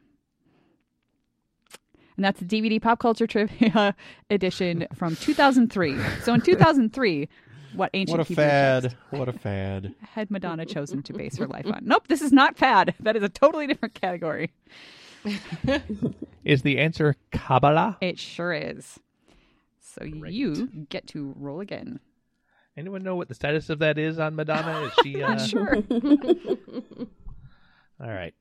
And that's the DVD Pop Culture Trivia edition from 2003. So in 2003, what ancient What a Hebrew text fad. What a fad. had Madonna chosen to base her life on? Nope, this is not fad. That is a totally different category. Is the answer Kabbalah? It sure is. So you get to roll again. Anyone know what the status of that is on Madonna? Is she uh... Sure. all right?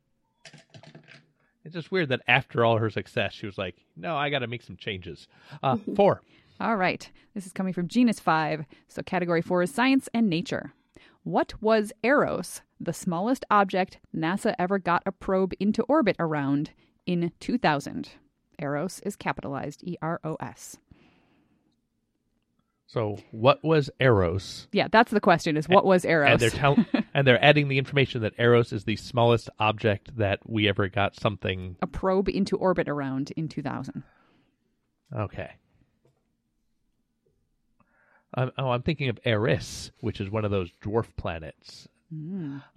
It's just weird that after all her success, she was like, "No, I got to make some changes." Uh, four. All right. This is coming from Genus 5. So category 4 is science and nature. What was Eros, the smallest object NASA ever got a probe into orbit around in 2000? Eros is capitalized E R O S. So, what was Eros? Yeah, that's the question is what was And Eros? they're tell- and they're adding the information that Eros is the smallest object that we ever got something. a probe into orbit around in 2000. Okay. Um, oh, I'm thinking of Eris, which is one of those dwarf planets.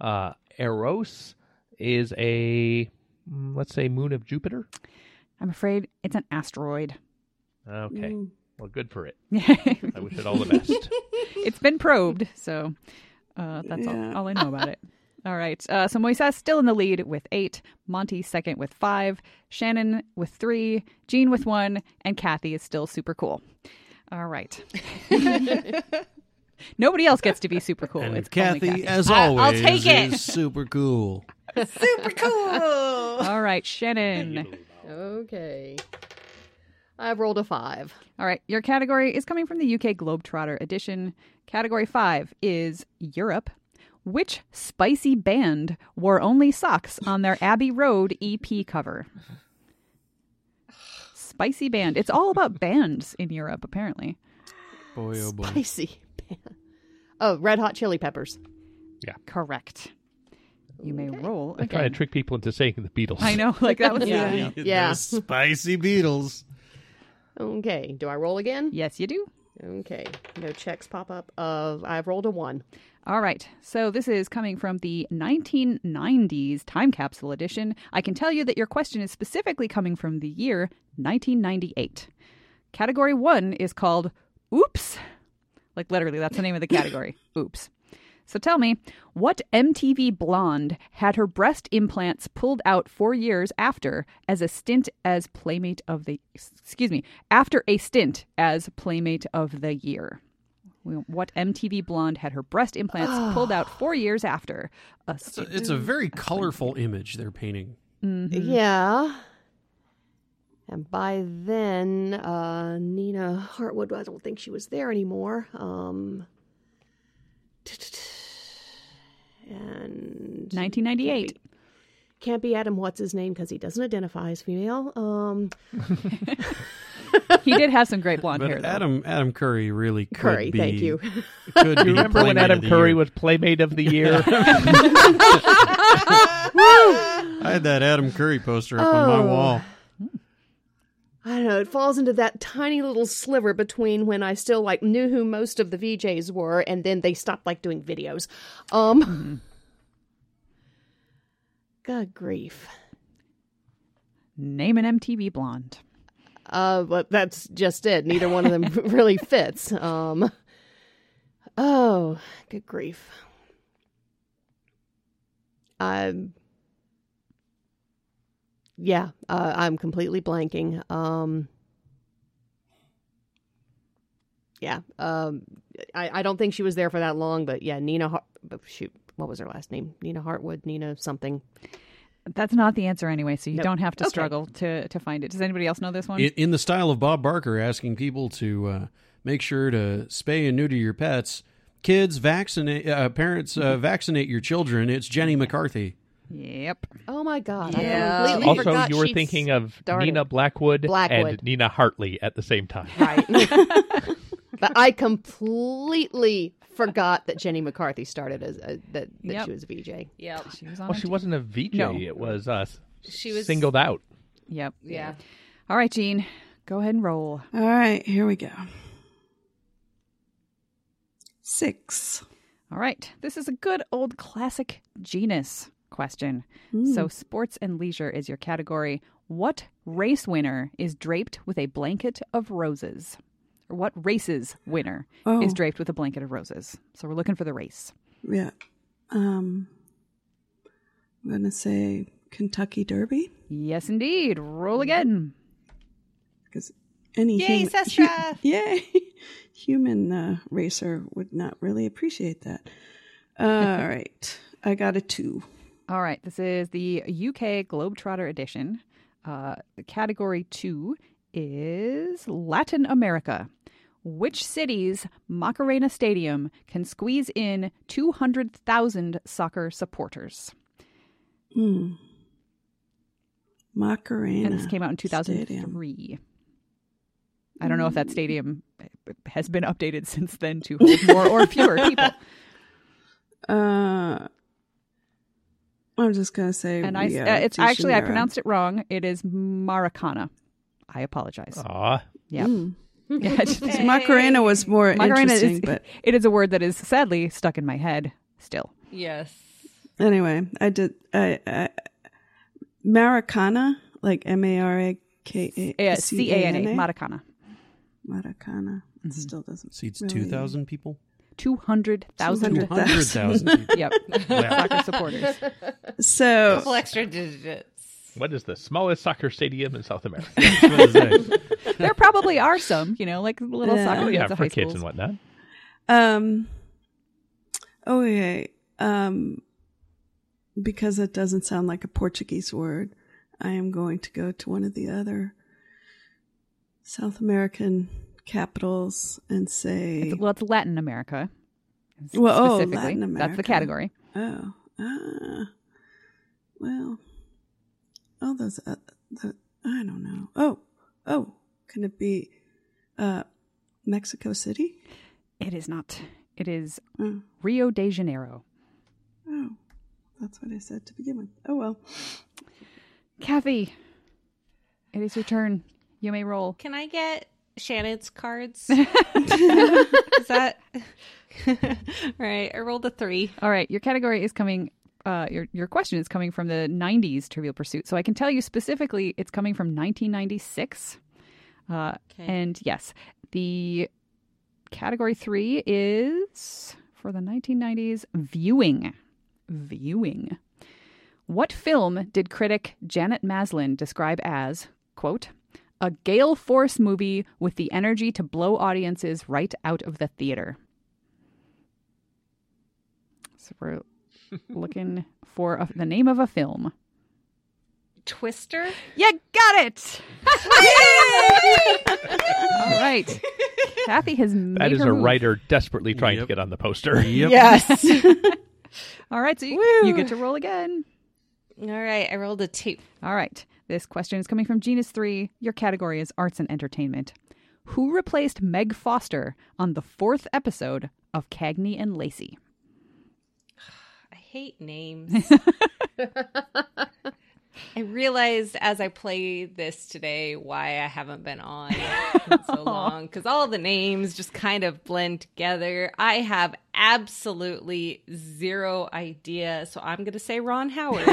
Uh, Eros is a mm, let's say moon of Jupiter. I'm afraid it's an asteroid. Okay. Well, good for it. I wish it all the best. it's been probed, so uh, that's all, all I know about it. All right. Uh, so Moises still in the lead with eight, Monty second with five, Shannon with three, Jean with one, and Kathy is still super cool. All right. Nobody else gets to be super cool. And Oh, it's Kathy, only Kathy. as I'll always, take it. is super cool. Super cool. All right, Shannon. Okay. I've rolled a five. All right, your category is coming from the UK Globetrotter edition. Category five is Europe. Which spicy band wore only socks on their Abbey Road EP cover? Spicy band. It's all about bands in Europe, apparently. Boy, oh boy. Spicy. oh, red hot chili peppers. Correct. You may roll I try to again. trick people into saying the Beatles. I know, like that was. Yeah. Yeah. Those Spicy Beatles. Okay. Do I roll again? Yes, you do. Okay. No checks pop up. Of I've rolled a one. All right. So this is coming from the 1990s time capsule edition. I can tell you that your question is specifically coming from the year 1998. Category one is called Oops. Like literally, that's the name of the category. Oops. So tell me, what MTV blonde had her breast implants pulled out four years after as a stint as Playmate of the excuse me, after a stint as Playmate of the Year? What MTV blonde had her breast implants pulled out four years after a It's a, it's a very colorful image they're painting. Mm-hmm. Yeah. And by then, uh, Nina Hartwood, I don't think she was there anymore. Um, and 1998? can't be Adam What's his name because he doesn't identify as female. Um, He did have some great blonde hair, But though. Adam Adam Curry really could Curry, be. thank you. Could be Remember when Playmate of Adam the Curry Year. was Playmate of the Year? I had that Adam Curry poster up on my wall. I don't know. It falls into that tiny little sliver between when I still like knew who most of the VJs were, and then they stopped like doing videos. Um, Mm-hmm. God grief. Name an MTV blonde. Uh, but that's just it. Neither one of them really fits. Um, oh, good grief. I'm, yeah, uh, I'm completely blanking. Um, yeah, um, I, I don't think she was there for that long, but yeah, Nina. Har- but shoot, what was her last name? Nina Hartwood, Nina something. That's not the answer anyway, so you Nope. don't have to Okay. struggle to, to find it. Does anybody else know this one? In, in the style of Bob Barker asking people to uh, make sure to spay and neuter your pets. Kids, vaccinate uh, parents, uh, vaccinate your children. It's Jenny McCarthy. Yep. Oh my god! Yeah. I completely also, forgot you were she thinking of started. Nina Blackwood, Blackwood. and Nina Hartley at the same time. Right. but I completely forgot that Jenny McCarthy started as a, that, that Yep. she was a VJ. Yep. Oh, She was on Well, it Oh, she too. wasn't a VJ. No. It was us. She was- singled out. Yep. Yeah. All right, Gene, go ahead and roll. All right, here we go. Six. All right. This is a good old classic genus question. So, sports and leisure is your category. What race winner is draped with a blanket of roses? Or what races winner Oh. is draped with a blanket of roses? So, we're looking for the race. Yeah. Um, I'm going to say Kentucky Derby Yes, indeed. Roll again. because any Yay, human, Sestra! yay, human uh, racer would not really appreciate that. All right. I got a two. All right. This is the UK Globetrotter edition. Uh, category two is Latin America. Which city's Macarena Stadium can squeeze in 200,000 soccer supporters? Mm. Macarena. And this came out in Stadium. Mm. 2003. I don't know if that stadium has been updated since then to hold more or fewer people. Uh, I'm just going to say. And I, Rio uh, it's de actually, I Janeiro. pronounced it wrong. It is Maracana. I apologize. Aw. Yeah. Mm. yeah I just- So Macarena was more Macarena interesting, is but it is a word that is sadly stuck in my head still. Yes. anyway, I did. I, I Maracana, like M A R A K Eh, A C A N A, Mm-hmm. Maracana. Maracana. It still doesn't. Seats really- 2,000 people? 200,000 200,000. 100,000 people. yep. soccer supporters. Couple So extra digits. What is the smallest soccer stadium in South America? There probably are some, you know, like little Yeah. soccer oh yeah, kids at high for kids and schools. whatnot. Um. Okay. Um. Because it doesn't sound like a Portuguese word, I am going to go to one of the other South American capitals and say, It's- well, it's Latin America. Well, oh, specifically. That's Latin the America. category. "Oh, ah, well, all those, uh, the, I don't know. Oh, oh, can it be, uh, Mexico City? It is not. It is Oh, Rio de Janeiro. oh, that's what I said to begin with. Oh well. Kathy, it is your turn. You may roll. Can I get Shannon's cards? is that all right? I rolled a three. All right, your category is coming. Uh, your your question is coming from the '90s Trivial Pursuit, so I can tell you specifically it's coming from 1996. Uh, And yes, the category three is for the 1990s viewing. Viewing. What film did critic Janet Maslin describe as quote a gale force movie with the energy to blow audiences right out of the theater? So we're looking for a, the name of a film. Twister. You got it. All right, Kathy has made That is her a move. writer desperately trying to Yep. get on the poster. Yes. All right, so you, you get to roll again. All right, I rolled a two. All right, this question is coming from Genus Three. Your category is arts and entertainment. Who replaced Meg Foster on the fourth episode of Cagney and Lacey? I hate names. I realized as I play this today why I haven't been on in so long because all the names just kind of blend together. I have absolutely zero idea, so I'm going to say Ron Howard.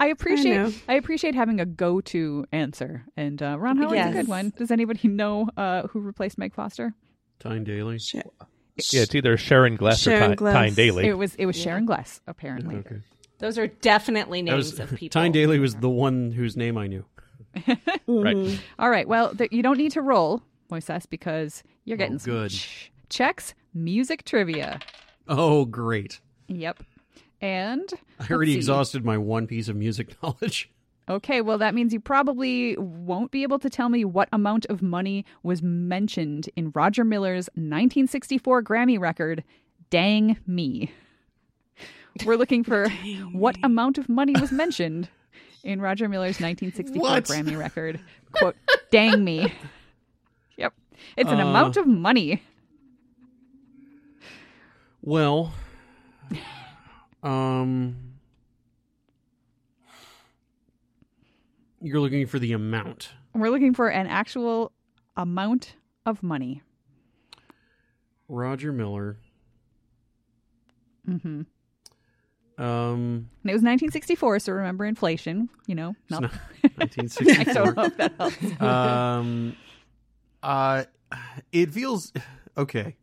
I appreciate know. I, appreciate having a go to answer, and uh, Ron Howard's a Yes. good one. Does anybody know uh, who replaced Meg Foster? Tyne Daly. Sha- Yeah, it's either Sharon Glass Sharon or Ty- Glass. Tyne Daly. It was it was Sharon Glass apparently. Those are definitely That names was, of people. Tyne Daly was the one whose name I knew. Right. All right. Well, th- you don't need to roll, Moises, because you're getting some Oh, good. ch- checks, music trivia. Oh, great. Yep. And I already see. exhausted my one piece of music knowledge. okay, well, that means you probably won't be able to tell me what amount of money was mentioned in Roger Miller's 1964 Grammy record, Dang Me. We're looking for what amount of money was mentioned in Roger Miller's 1964 What? Grammy record. Quote, Uh. Dang Me. Yep. It's an amount of money. Well, um, you're looking for the amount. We're looking for an actual amount of money. Roger Miller. Mm-hmm. Um, And it was 1964, so remember inflation, you know. it's Not, not I don't 1964. know if that helps. um, uh, it feels okay.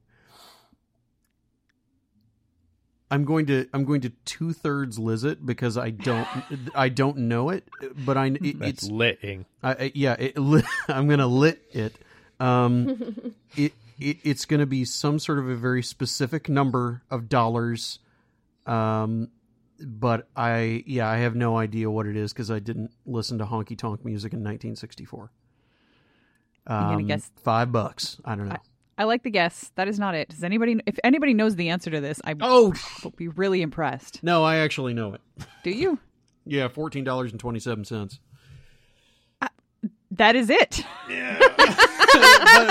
I'm going to I'm going to two thirds liz it because I don't I don't know it, but I it, That's it's litting. I, I, yeah, it, li- I'm gonna lit it. Um, it, it it's gonna be some sort of a very specific number of dollars. Um, but I yeah, I have no idea what it is because I didn't listen to honky tonk music in 1964. Um, gonna guess- five bucks. I don't know. I like the guess. That is not it. Does anybody if anybody knows the answer to this, I oh will be really impressed. no, I actually know it. Do you? Yeah, fourteen dollars and twenty seven cents. That is it. but,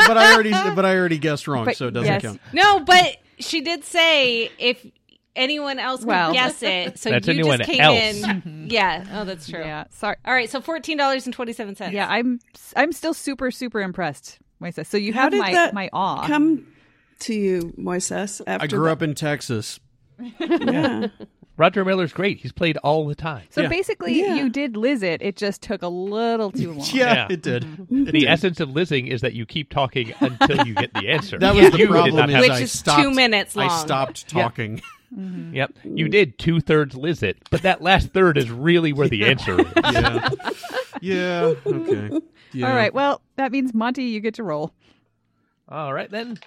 but I already but I already guessed wrong, But so it doesn't yes. count. No, but she did say if anyone else Well. Mm-hmm. could guess it, so That's you anyone just came else. in. Yeah. Oh, that's true. Yeah. Sorry. All right, so fourteen dollars and twenty seven cents. Yeah, I'm I'm still super super impressed, Moises. So you How have did my that my awe. Come to you, Moises. After I grew up in Texas. Yeah. Roger Miller's great. He's played all the time. so yeah. basically, Yeah. you did liz it. It just took a little too long. Yeah. it did. Mm-hmm. The essence of lizzing is that you keep talking until you get the answer. That was the You did problem. not have- is Which I is stopped, two minutes I long. stopped talking. Yep, you did two thirds liz it, but that last third is really where the answer is. Yeah. yeah. Okay. Yeah. All right. Well, that means Monty, you get to roll. All right then,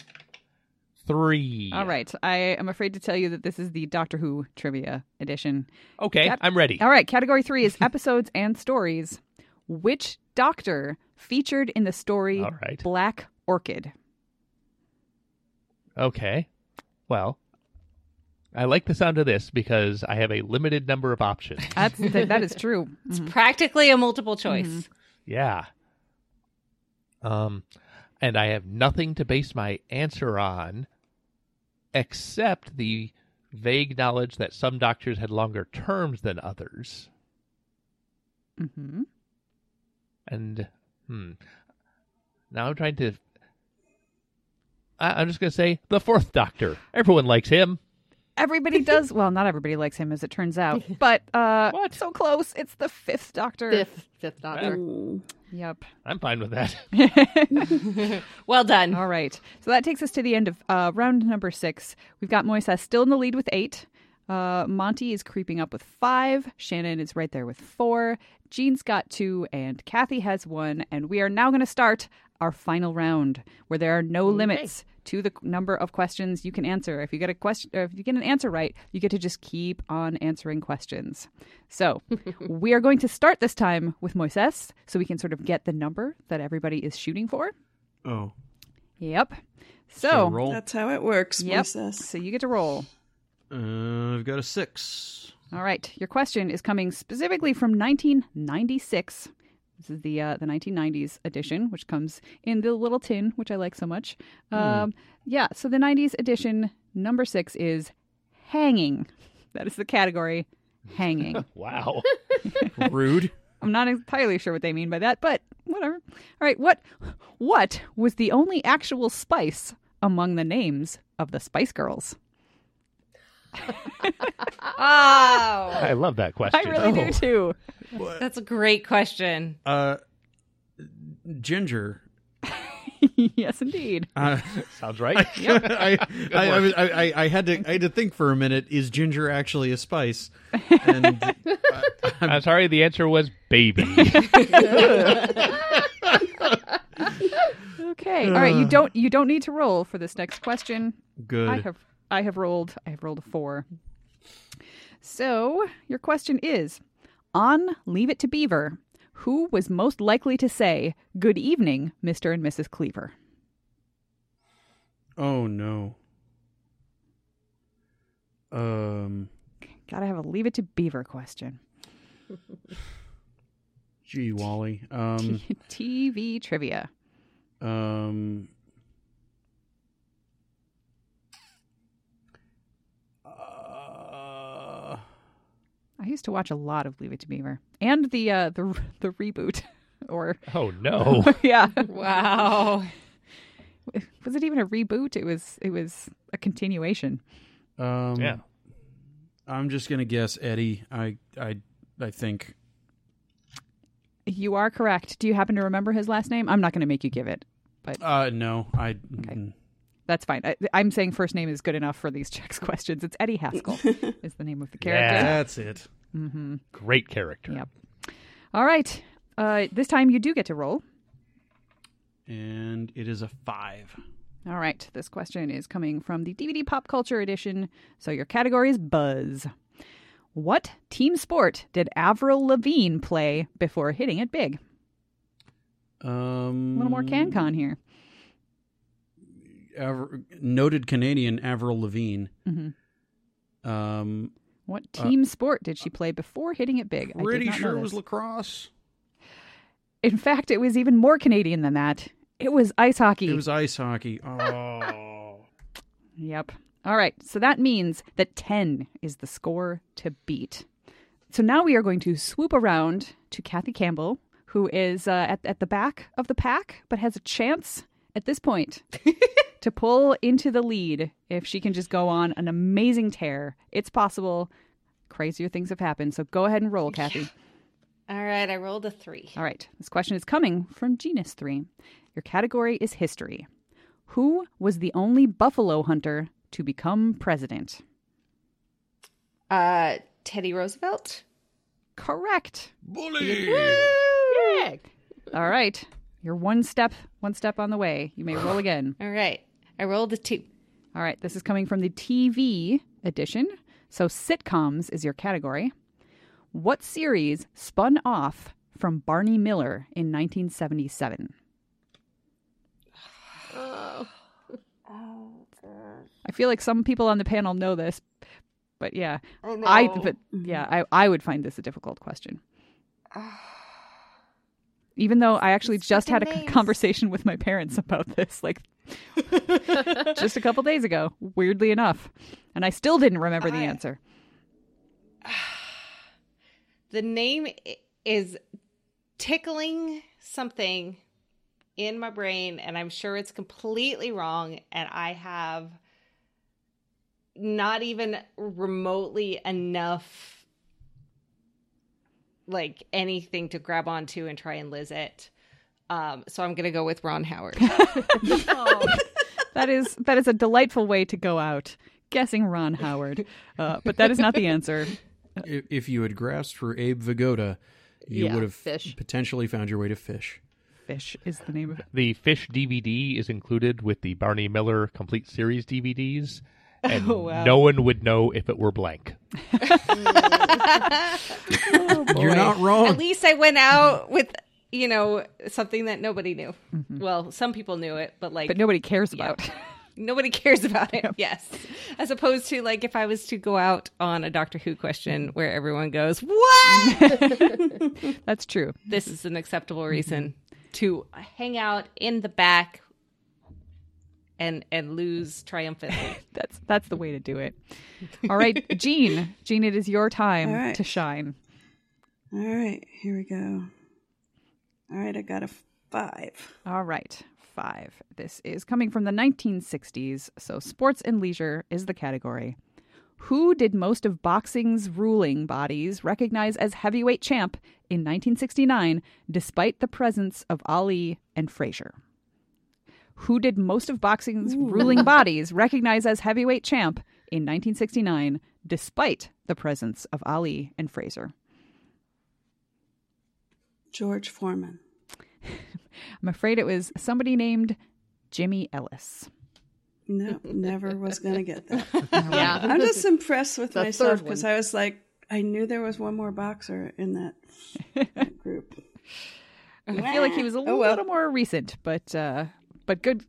three. All right. I am afraid to tell you that this is the Doctor Who trivia edition. Okay, Cat- I'm ready. All right. Category three is episodes and stories. Which Doctor featured in the story All right. Black Orchid? Okay. Well, I like the sound of this because I have a limited number of options. That's that, that is true. It's practically a multiple choice. Yeah. Um, and I have nothing to base my answer on except the vague knowledge that some doctors had longer terms than others. Mm-hmm. And, hmm. Now I'm trying to. I, I'm just going to say the fourth doctor. Everyone likes him. Everybody does. Well, not everybody likes him, as it turns out. But uh, What? so close. It's the fifth Doctor. Fifth, fifth doctor. Yep. I'm fine with that. Well done. All right. So that takes us to the end of uh, round number six. We've got Moises still in the lead with eight. Uh, Monty is creeping up with five. Shannon is right there with four. Jean's got two, and Kathy has one. And we are now going to start our final round, where there are no limits to the number of questions you can answer. If you get a question, or if you get an answer right, you get to just keep on answering questions. So we are going to start this time with Moises, so we can sort of get the number that everybody is shooting for. Oh. Yep. So So, roll. That's how it works, yep. Moises. So you get to roll. Uh, I've got a six. All right. Your question is coming specifically from 1996. This is the uh, the 1990s edition, which comes in the little tin, which I like so much. Um, yeah. So the 90s edition number six is hanging. That is the category, hanging. Wow. Rude. I'm not entirely sure what they mean by that, but whatever. All right. What what was the only actual spice among the names of the Spice Girls? Oh, I love that question. Oh, I really do too. that's a great question. Uh, ginger. yes, indeed. Uh, Sounds right. I, I, I, was- I, I, I had to I had to think for a minute. Is ginger actually a spice? And I'm sorry, the answer was baby. Okay. All right. You don't you don't need to roll for this next question. uh. good. I have I have rolled I have rolled a four. So your question is on Leave It to Beaver, who was most likely to say good evening, Mr. and Mrs. Cleaver? oh no. Um. Gotta have a Leave It to Beaver question. Gee, Wally. Um. TV trivia. Um, uh, used to watch a lot of Leave It to Beaver and the uh, the the reboot, or Oh no. yeah, Wow. was it even a reboot? It was it was a continuation. Um, yeah. I'm just gonna guess Eddie. I I I think You are correct. Do you happen to remember his last name? I'm not going to make you give it. uh no I mm, That's fine. I, I'm saying first name is good enough for these checks questions. It's Eddie Haskell is the name of the character. Yeah. that's it. Mm-hmm. Great character. Yep. All right. Uh, this time you do get to roll. And it is a five. All right. This question is coming from the DVD Pop Culture Edition. So your category is Buzz. What team sport did Avril Lavigne play before hitting it big? Um, A little more Mm. CanCon here. Aver- noted Canadian Avril Lavigne. Mm-hmm. Um, What team sport did she play before hitting it big? I did pretty not know sure it was this. lacrosse. In fact, it was even more Canadian than that. It was ice hockey. It was ice hockey. Oh, Yep. All right. So that means that 10 is the score to beat. So now we are going to swoop around to Kathy Campbell, who is uh, at, at the back of the pack, but has a chance at this point to pull into the lead if she can just go on an amazing tear. It's possible. Crazier things have happened. So go ahead and roll, Kathy. All right, I rolled a three. All right. This question is coming from Genus 3. Your category is history. Who was the only buffalo hunter to become president? Uh, Teddy Roosevelt. Correct. bully! Heck. All right. You're one step, one step on the way. You may roll again. All right, I rolled a two. All right. This is coming from the TV edition. So sitcoms is your category. What series spun off from Barney Miller in 1977? Oh, gosh. I feel like some people on the panel know this, but yeah, I know. I but yeah, I I would find this a difficult question. Even though I actually just had a freaking c- names. conversation with my parents about this, like just a couple days ago, weirdly enough, and I still didn't remember the I- answer. The name i- is tickling something in my brain, and I'm sure it's completely wrong. And I have not even remotely enough, like anything to grab onto and try and liz it. Um, so I'm gonna go with Ron Howard. That is that is a delightful way to go out, guessing Ron Howard, uh, but that is not the answer. If, if you had grasped for Abe Vigoda, you Yeah, would have fish. potentially found your way to fish. Fish is the name of it. The Fish DVD is included with the Barney Miller complete series DVDs, Oh, and no one would know if it were blank. You're not wrong. At least I went out with you know something that nobody knew. Well, some people knew it, but like But nobody cares about. nobody cares about it. Yes. As opposed to like if I was to go out on a Doctor Who question where everyone goes, "What?" That's true. this is an acceptable reason to hang out in the back and and lose triumphantly. That's that's the way to do it. All right, Jean, Jean, it is your time All right. to shine. All right, here we go. All right, I got a five. All right, five. This is coming from the 1960s, so sports and leisure is the category. Who did most of boxing's ruling bodies recognize as heavyweight champ in 1969, despite the presence of Ali and Frazier? Who did most of boxing's ruling bodies recognize as heavyweight champ in 1969, despite the presence of Ali and Frazier? George Foreman. I'm afraid it was somebody named Jimmy Ellis. No, never was going to get that. Yeah. I'm just impressed with The myself third because one. I was like, I knew there was one more boxer in that group. I feel like he was a Oh, well. little more recent, but uh, but good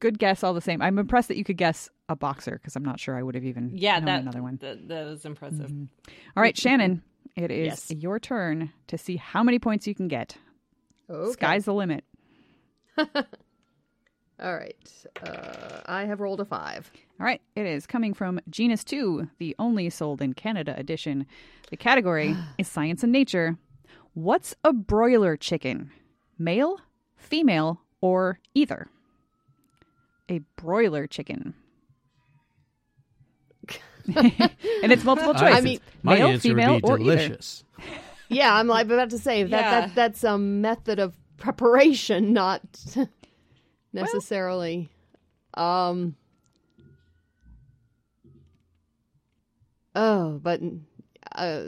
good guess all the same. I'm impressed that you could guess a boxer because I'm not sure I would have even yeah, known that another one. Mm-hmm. That, that was impressive. All right, Shannon, it is Yes. your turn to see how many points you can get. Okay. Sky's the limit. All right. Uh, I have rolled a five. All right, it is coming from Genus 2, the only sold in Canada edition. The category is science and nature. What's a broiler chicken? Male, female, or either? A broiler chicken. and it's multiple choice. mean- It's male, female, or either. delicious. Yeah, I'm like about to say that, Yeah. that that's a method of preparation, not necessarily. Um. Oh, but uh,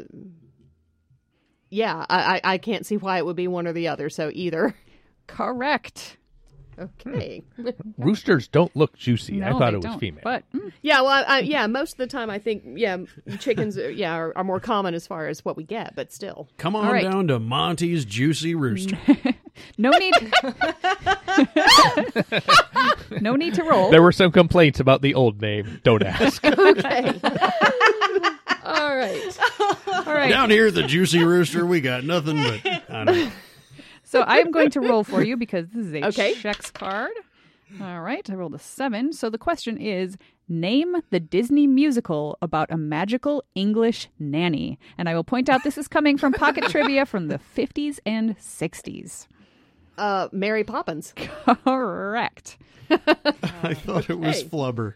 yeah, I, I I can't see why it would be one or the other. So either. Correct. Okay. Roosters don't look juicy. I No, thought they it was don't, female. But mm, yeah. Well, I, I, yeah. Most of the time, I think yeah, chickens are, yeah are, are more common as far as what we get, but still. Come on right. down to Monty's Juicy Rooster. no need. no need to roll. There were some complaints about the old name. Don't ask. Okay. All right. All right. Down here at the Juicy Rooster, we got nothing but. I don't know. So I am going to roll for you because this is a Okay. checks card. All right, I rolled a seven. So the question is name the Disney musical about a magical English nanny. And I will point out this is coming from Pocket Trivia from the 50s and 60s. Uh, Mary Poppins. Correct. I thought it was Hey. flubber.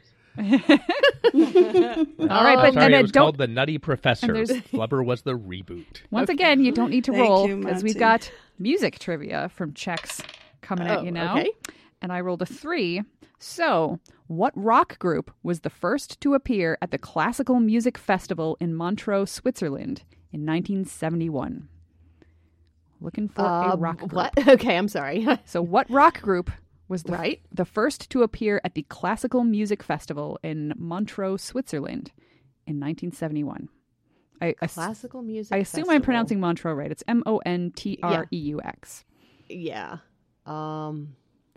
All right, but Sorry, and, it uh, was don't. called the Nutty Professor. there's- Flubber was the reboot. Once again, you don't need to Thank roll you, because we've Monty. got music trivia from Chex coming at Oh, you now. okay. And I rolled a three. So, what rock group was the first to appear at the Classical Music Festival in Montreux, Switzerland in 1971? Looking for a Um, rock group. What? Okay, I'm sorry. So, what rock group was the, Right. the first to appear at the Classical Music Festival in Montreux, Switzerland in 1971? I, I s- Classical music. I assume I'm Festival. pronouncing Montreux right. It's M O N T R E U X. Yeah. Um.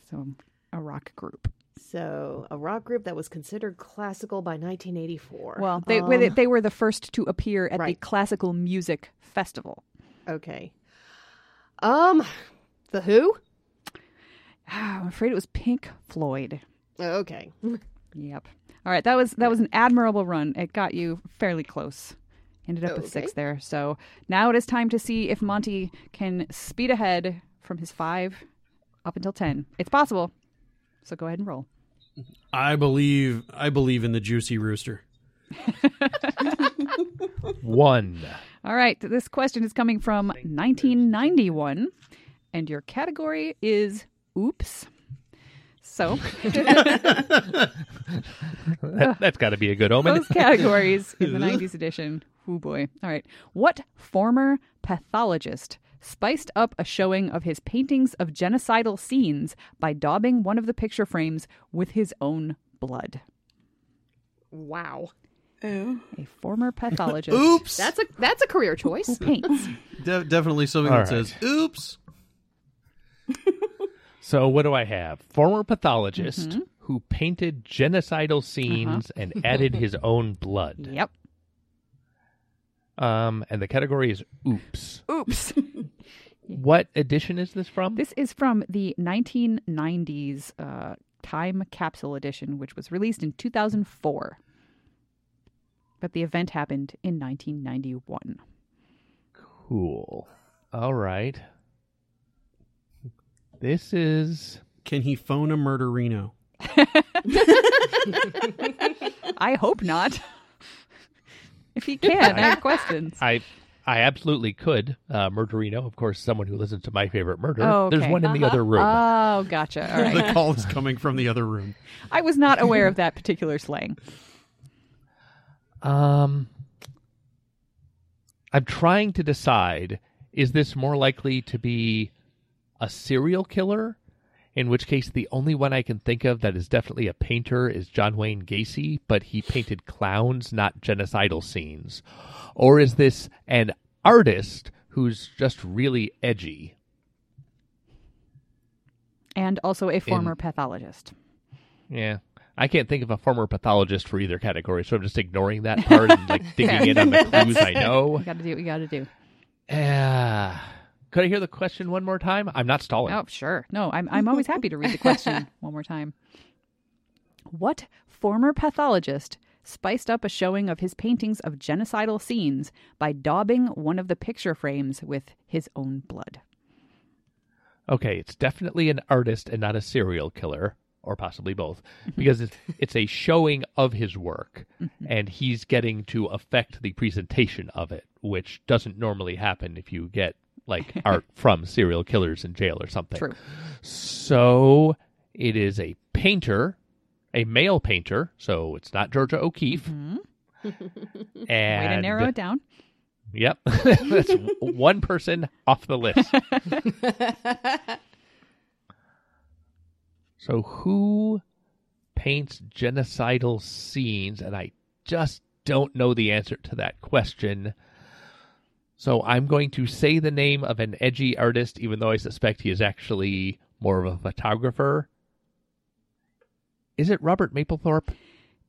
So a rock group. So a rock group that was considered classical by 1984. Well, they um, they, they were the first to appear at the right. Classical Music Festival. okay. Um, the Who. Oh, I'm afraid it was Pink Floyd. Okay. Yep. All right, that was that was an admirable run. It got you fairly close. Ended up with six Okay. there. So now it is time to see if Monty can speed ahead from his five up until ten. It's possible. So go ahead and roll. I believe. I believe in the Juicy Rooster. One. All right, this question is coming from 1991, and your category is oops. So, That, has got to be a good omen. those categories in the 90s edition. Oh boy. All right. What former pathologist spiced up a showing of his paintings of genocidal scenes by daubing one of the picture frames with his own blood? Wow. Oh, A former pathologist Oops. That's a that's a career who choice. paints. De- definitely something All that right. says "Oops." So what do I have? Former pathologist Mm-hmm. who painted Uh-huh. genocidal scenes and added his own blood. Yep. Um, and the category is oops. Oops. What edition is this from? This is from the 1990s uh, Time Capsule Edition, which was released in 2004. But the event happened in 1991. Cool. All right. This is Can he phone a murderino? I hope not. if he can, I have questions. I I absolutely could uh, murderino, of course, someone who listens to my favorite murder. Oh, There's okay. one in the other room. Oh, gotcha. All right. The call is coming from the other room. I was not aware of that particular slang. Um, I'm trying to decide: is this more likely to be a serial killer? In which case, the only one I can think of that is definitely a painter is John Wayne Gacy, but he painted clowns, not genocidal scenes. Or is this an artist who's just really edgy? And also a former pathologist. Yeah. I can't think of a former pathologist for either category, so I'm just ignoring that part and like digging in on the clues I know. We got to do what we got to do. Ah, Could I hear the question one more time? I'm not stalling. Oh, sure. No, I'm I'm always happy to read the question one more time. What former pathologist spiced up a showing of his paintings of genocidal scenes by daubing one of the picture frames with his own blood? Okay, it's definitely an artist and not a serial killer, or possibly both, because it's, it's a showing of his work, Mm-hmm. and he's getting to affect the presentation of it, which doesn't normally happen if you get like art from serial killers in jail or something. True. So it is a painter, a male painter, so it's not Georgia O'Keeffe. Mm-hmm. Way and to narrow it down. Yep. That's w- one person off the list. so who paints genocidal scenes and I just don't know the answer to that question. So I'm going to say the name of an edgy artist even though I suspect he is actually more of a photographer. Is it Robert Mapplethorpe?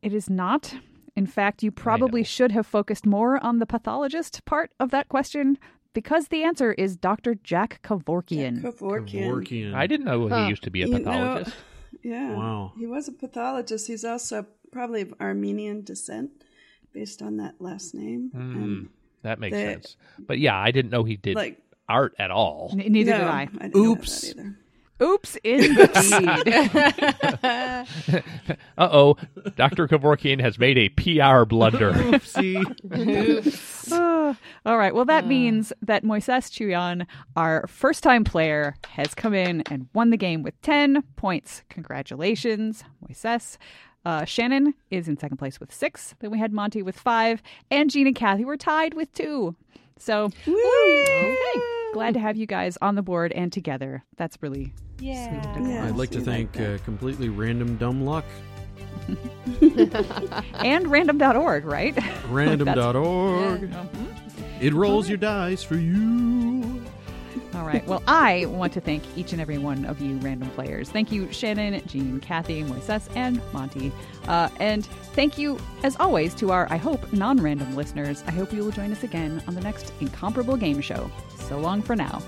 It is not. In fact, you probably should have focused more on the pathologist part of that question because the answer is Dr. Jack Kevorkian. Kevorkian. I didn't know he Huh. used to be a You know- pathologist. Yeah. Wow. He was a pathologist. He's also probably of Armenian descent based on that last name. Hmm. that makes They- sense. But yeah, I didn't know he did And, like, art at all. N- neither no, did I. didn't know Oops. that either. Oops, indeed. Uh oh, Dr. Kevorkian has made a PR blunder. Oopsie. Ah. All right. Well, that means that Moises Chuyan, our first time player, has come in and won the game with 10 points. Congratulations, Moises. Uh, Shannon is in second place with six. Then we had Monty with five. And Gene and Kathy were tied with two. So, okay. Glad to have you guys on the board and together. That's really sweet. of everyone. Yeah, I'd like to we thank that. uh, completely random dumb luck, And random.org, right? random.org. It rolls your dice for you. All right. Well, I want to thank each and every one of you random players. Thank you, Shannon, Jean, Kathy, Moises, and Monty. Uh, and thank you, as always, to our, I hope, non random listeners. I hope you will join us again on the next Incomparable Game Show. So long for now.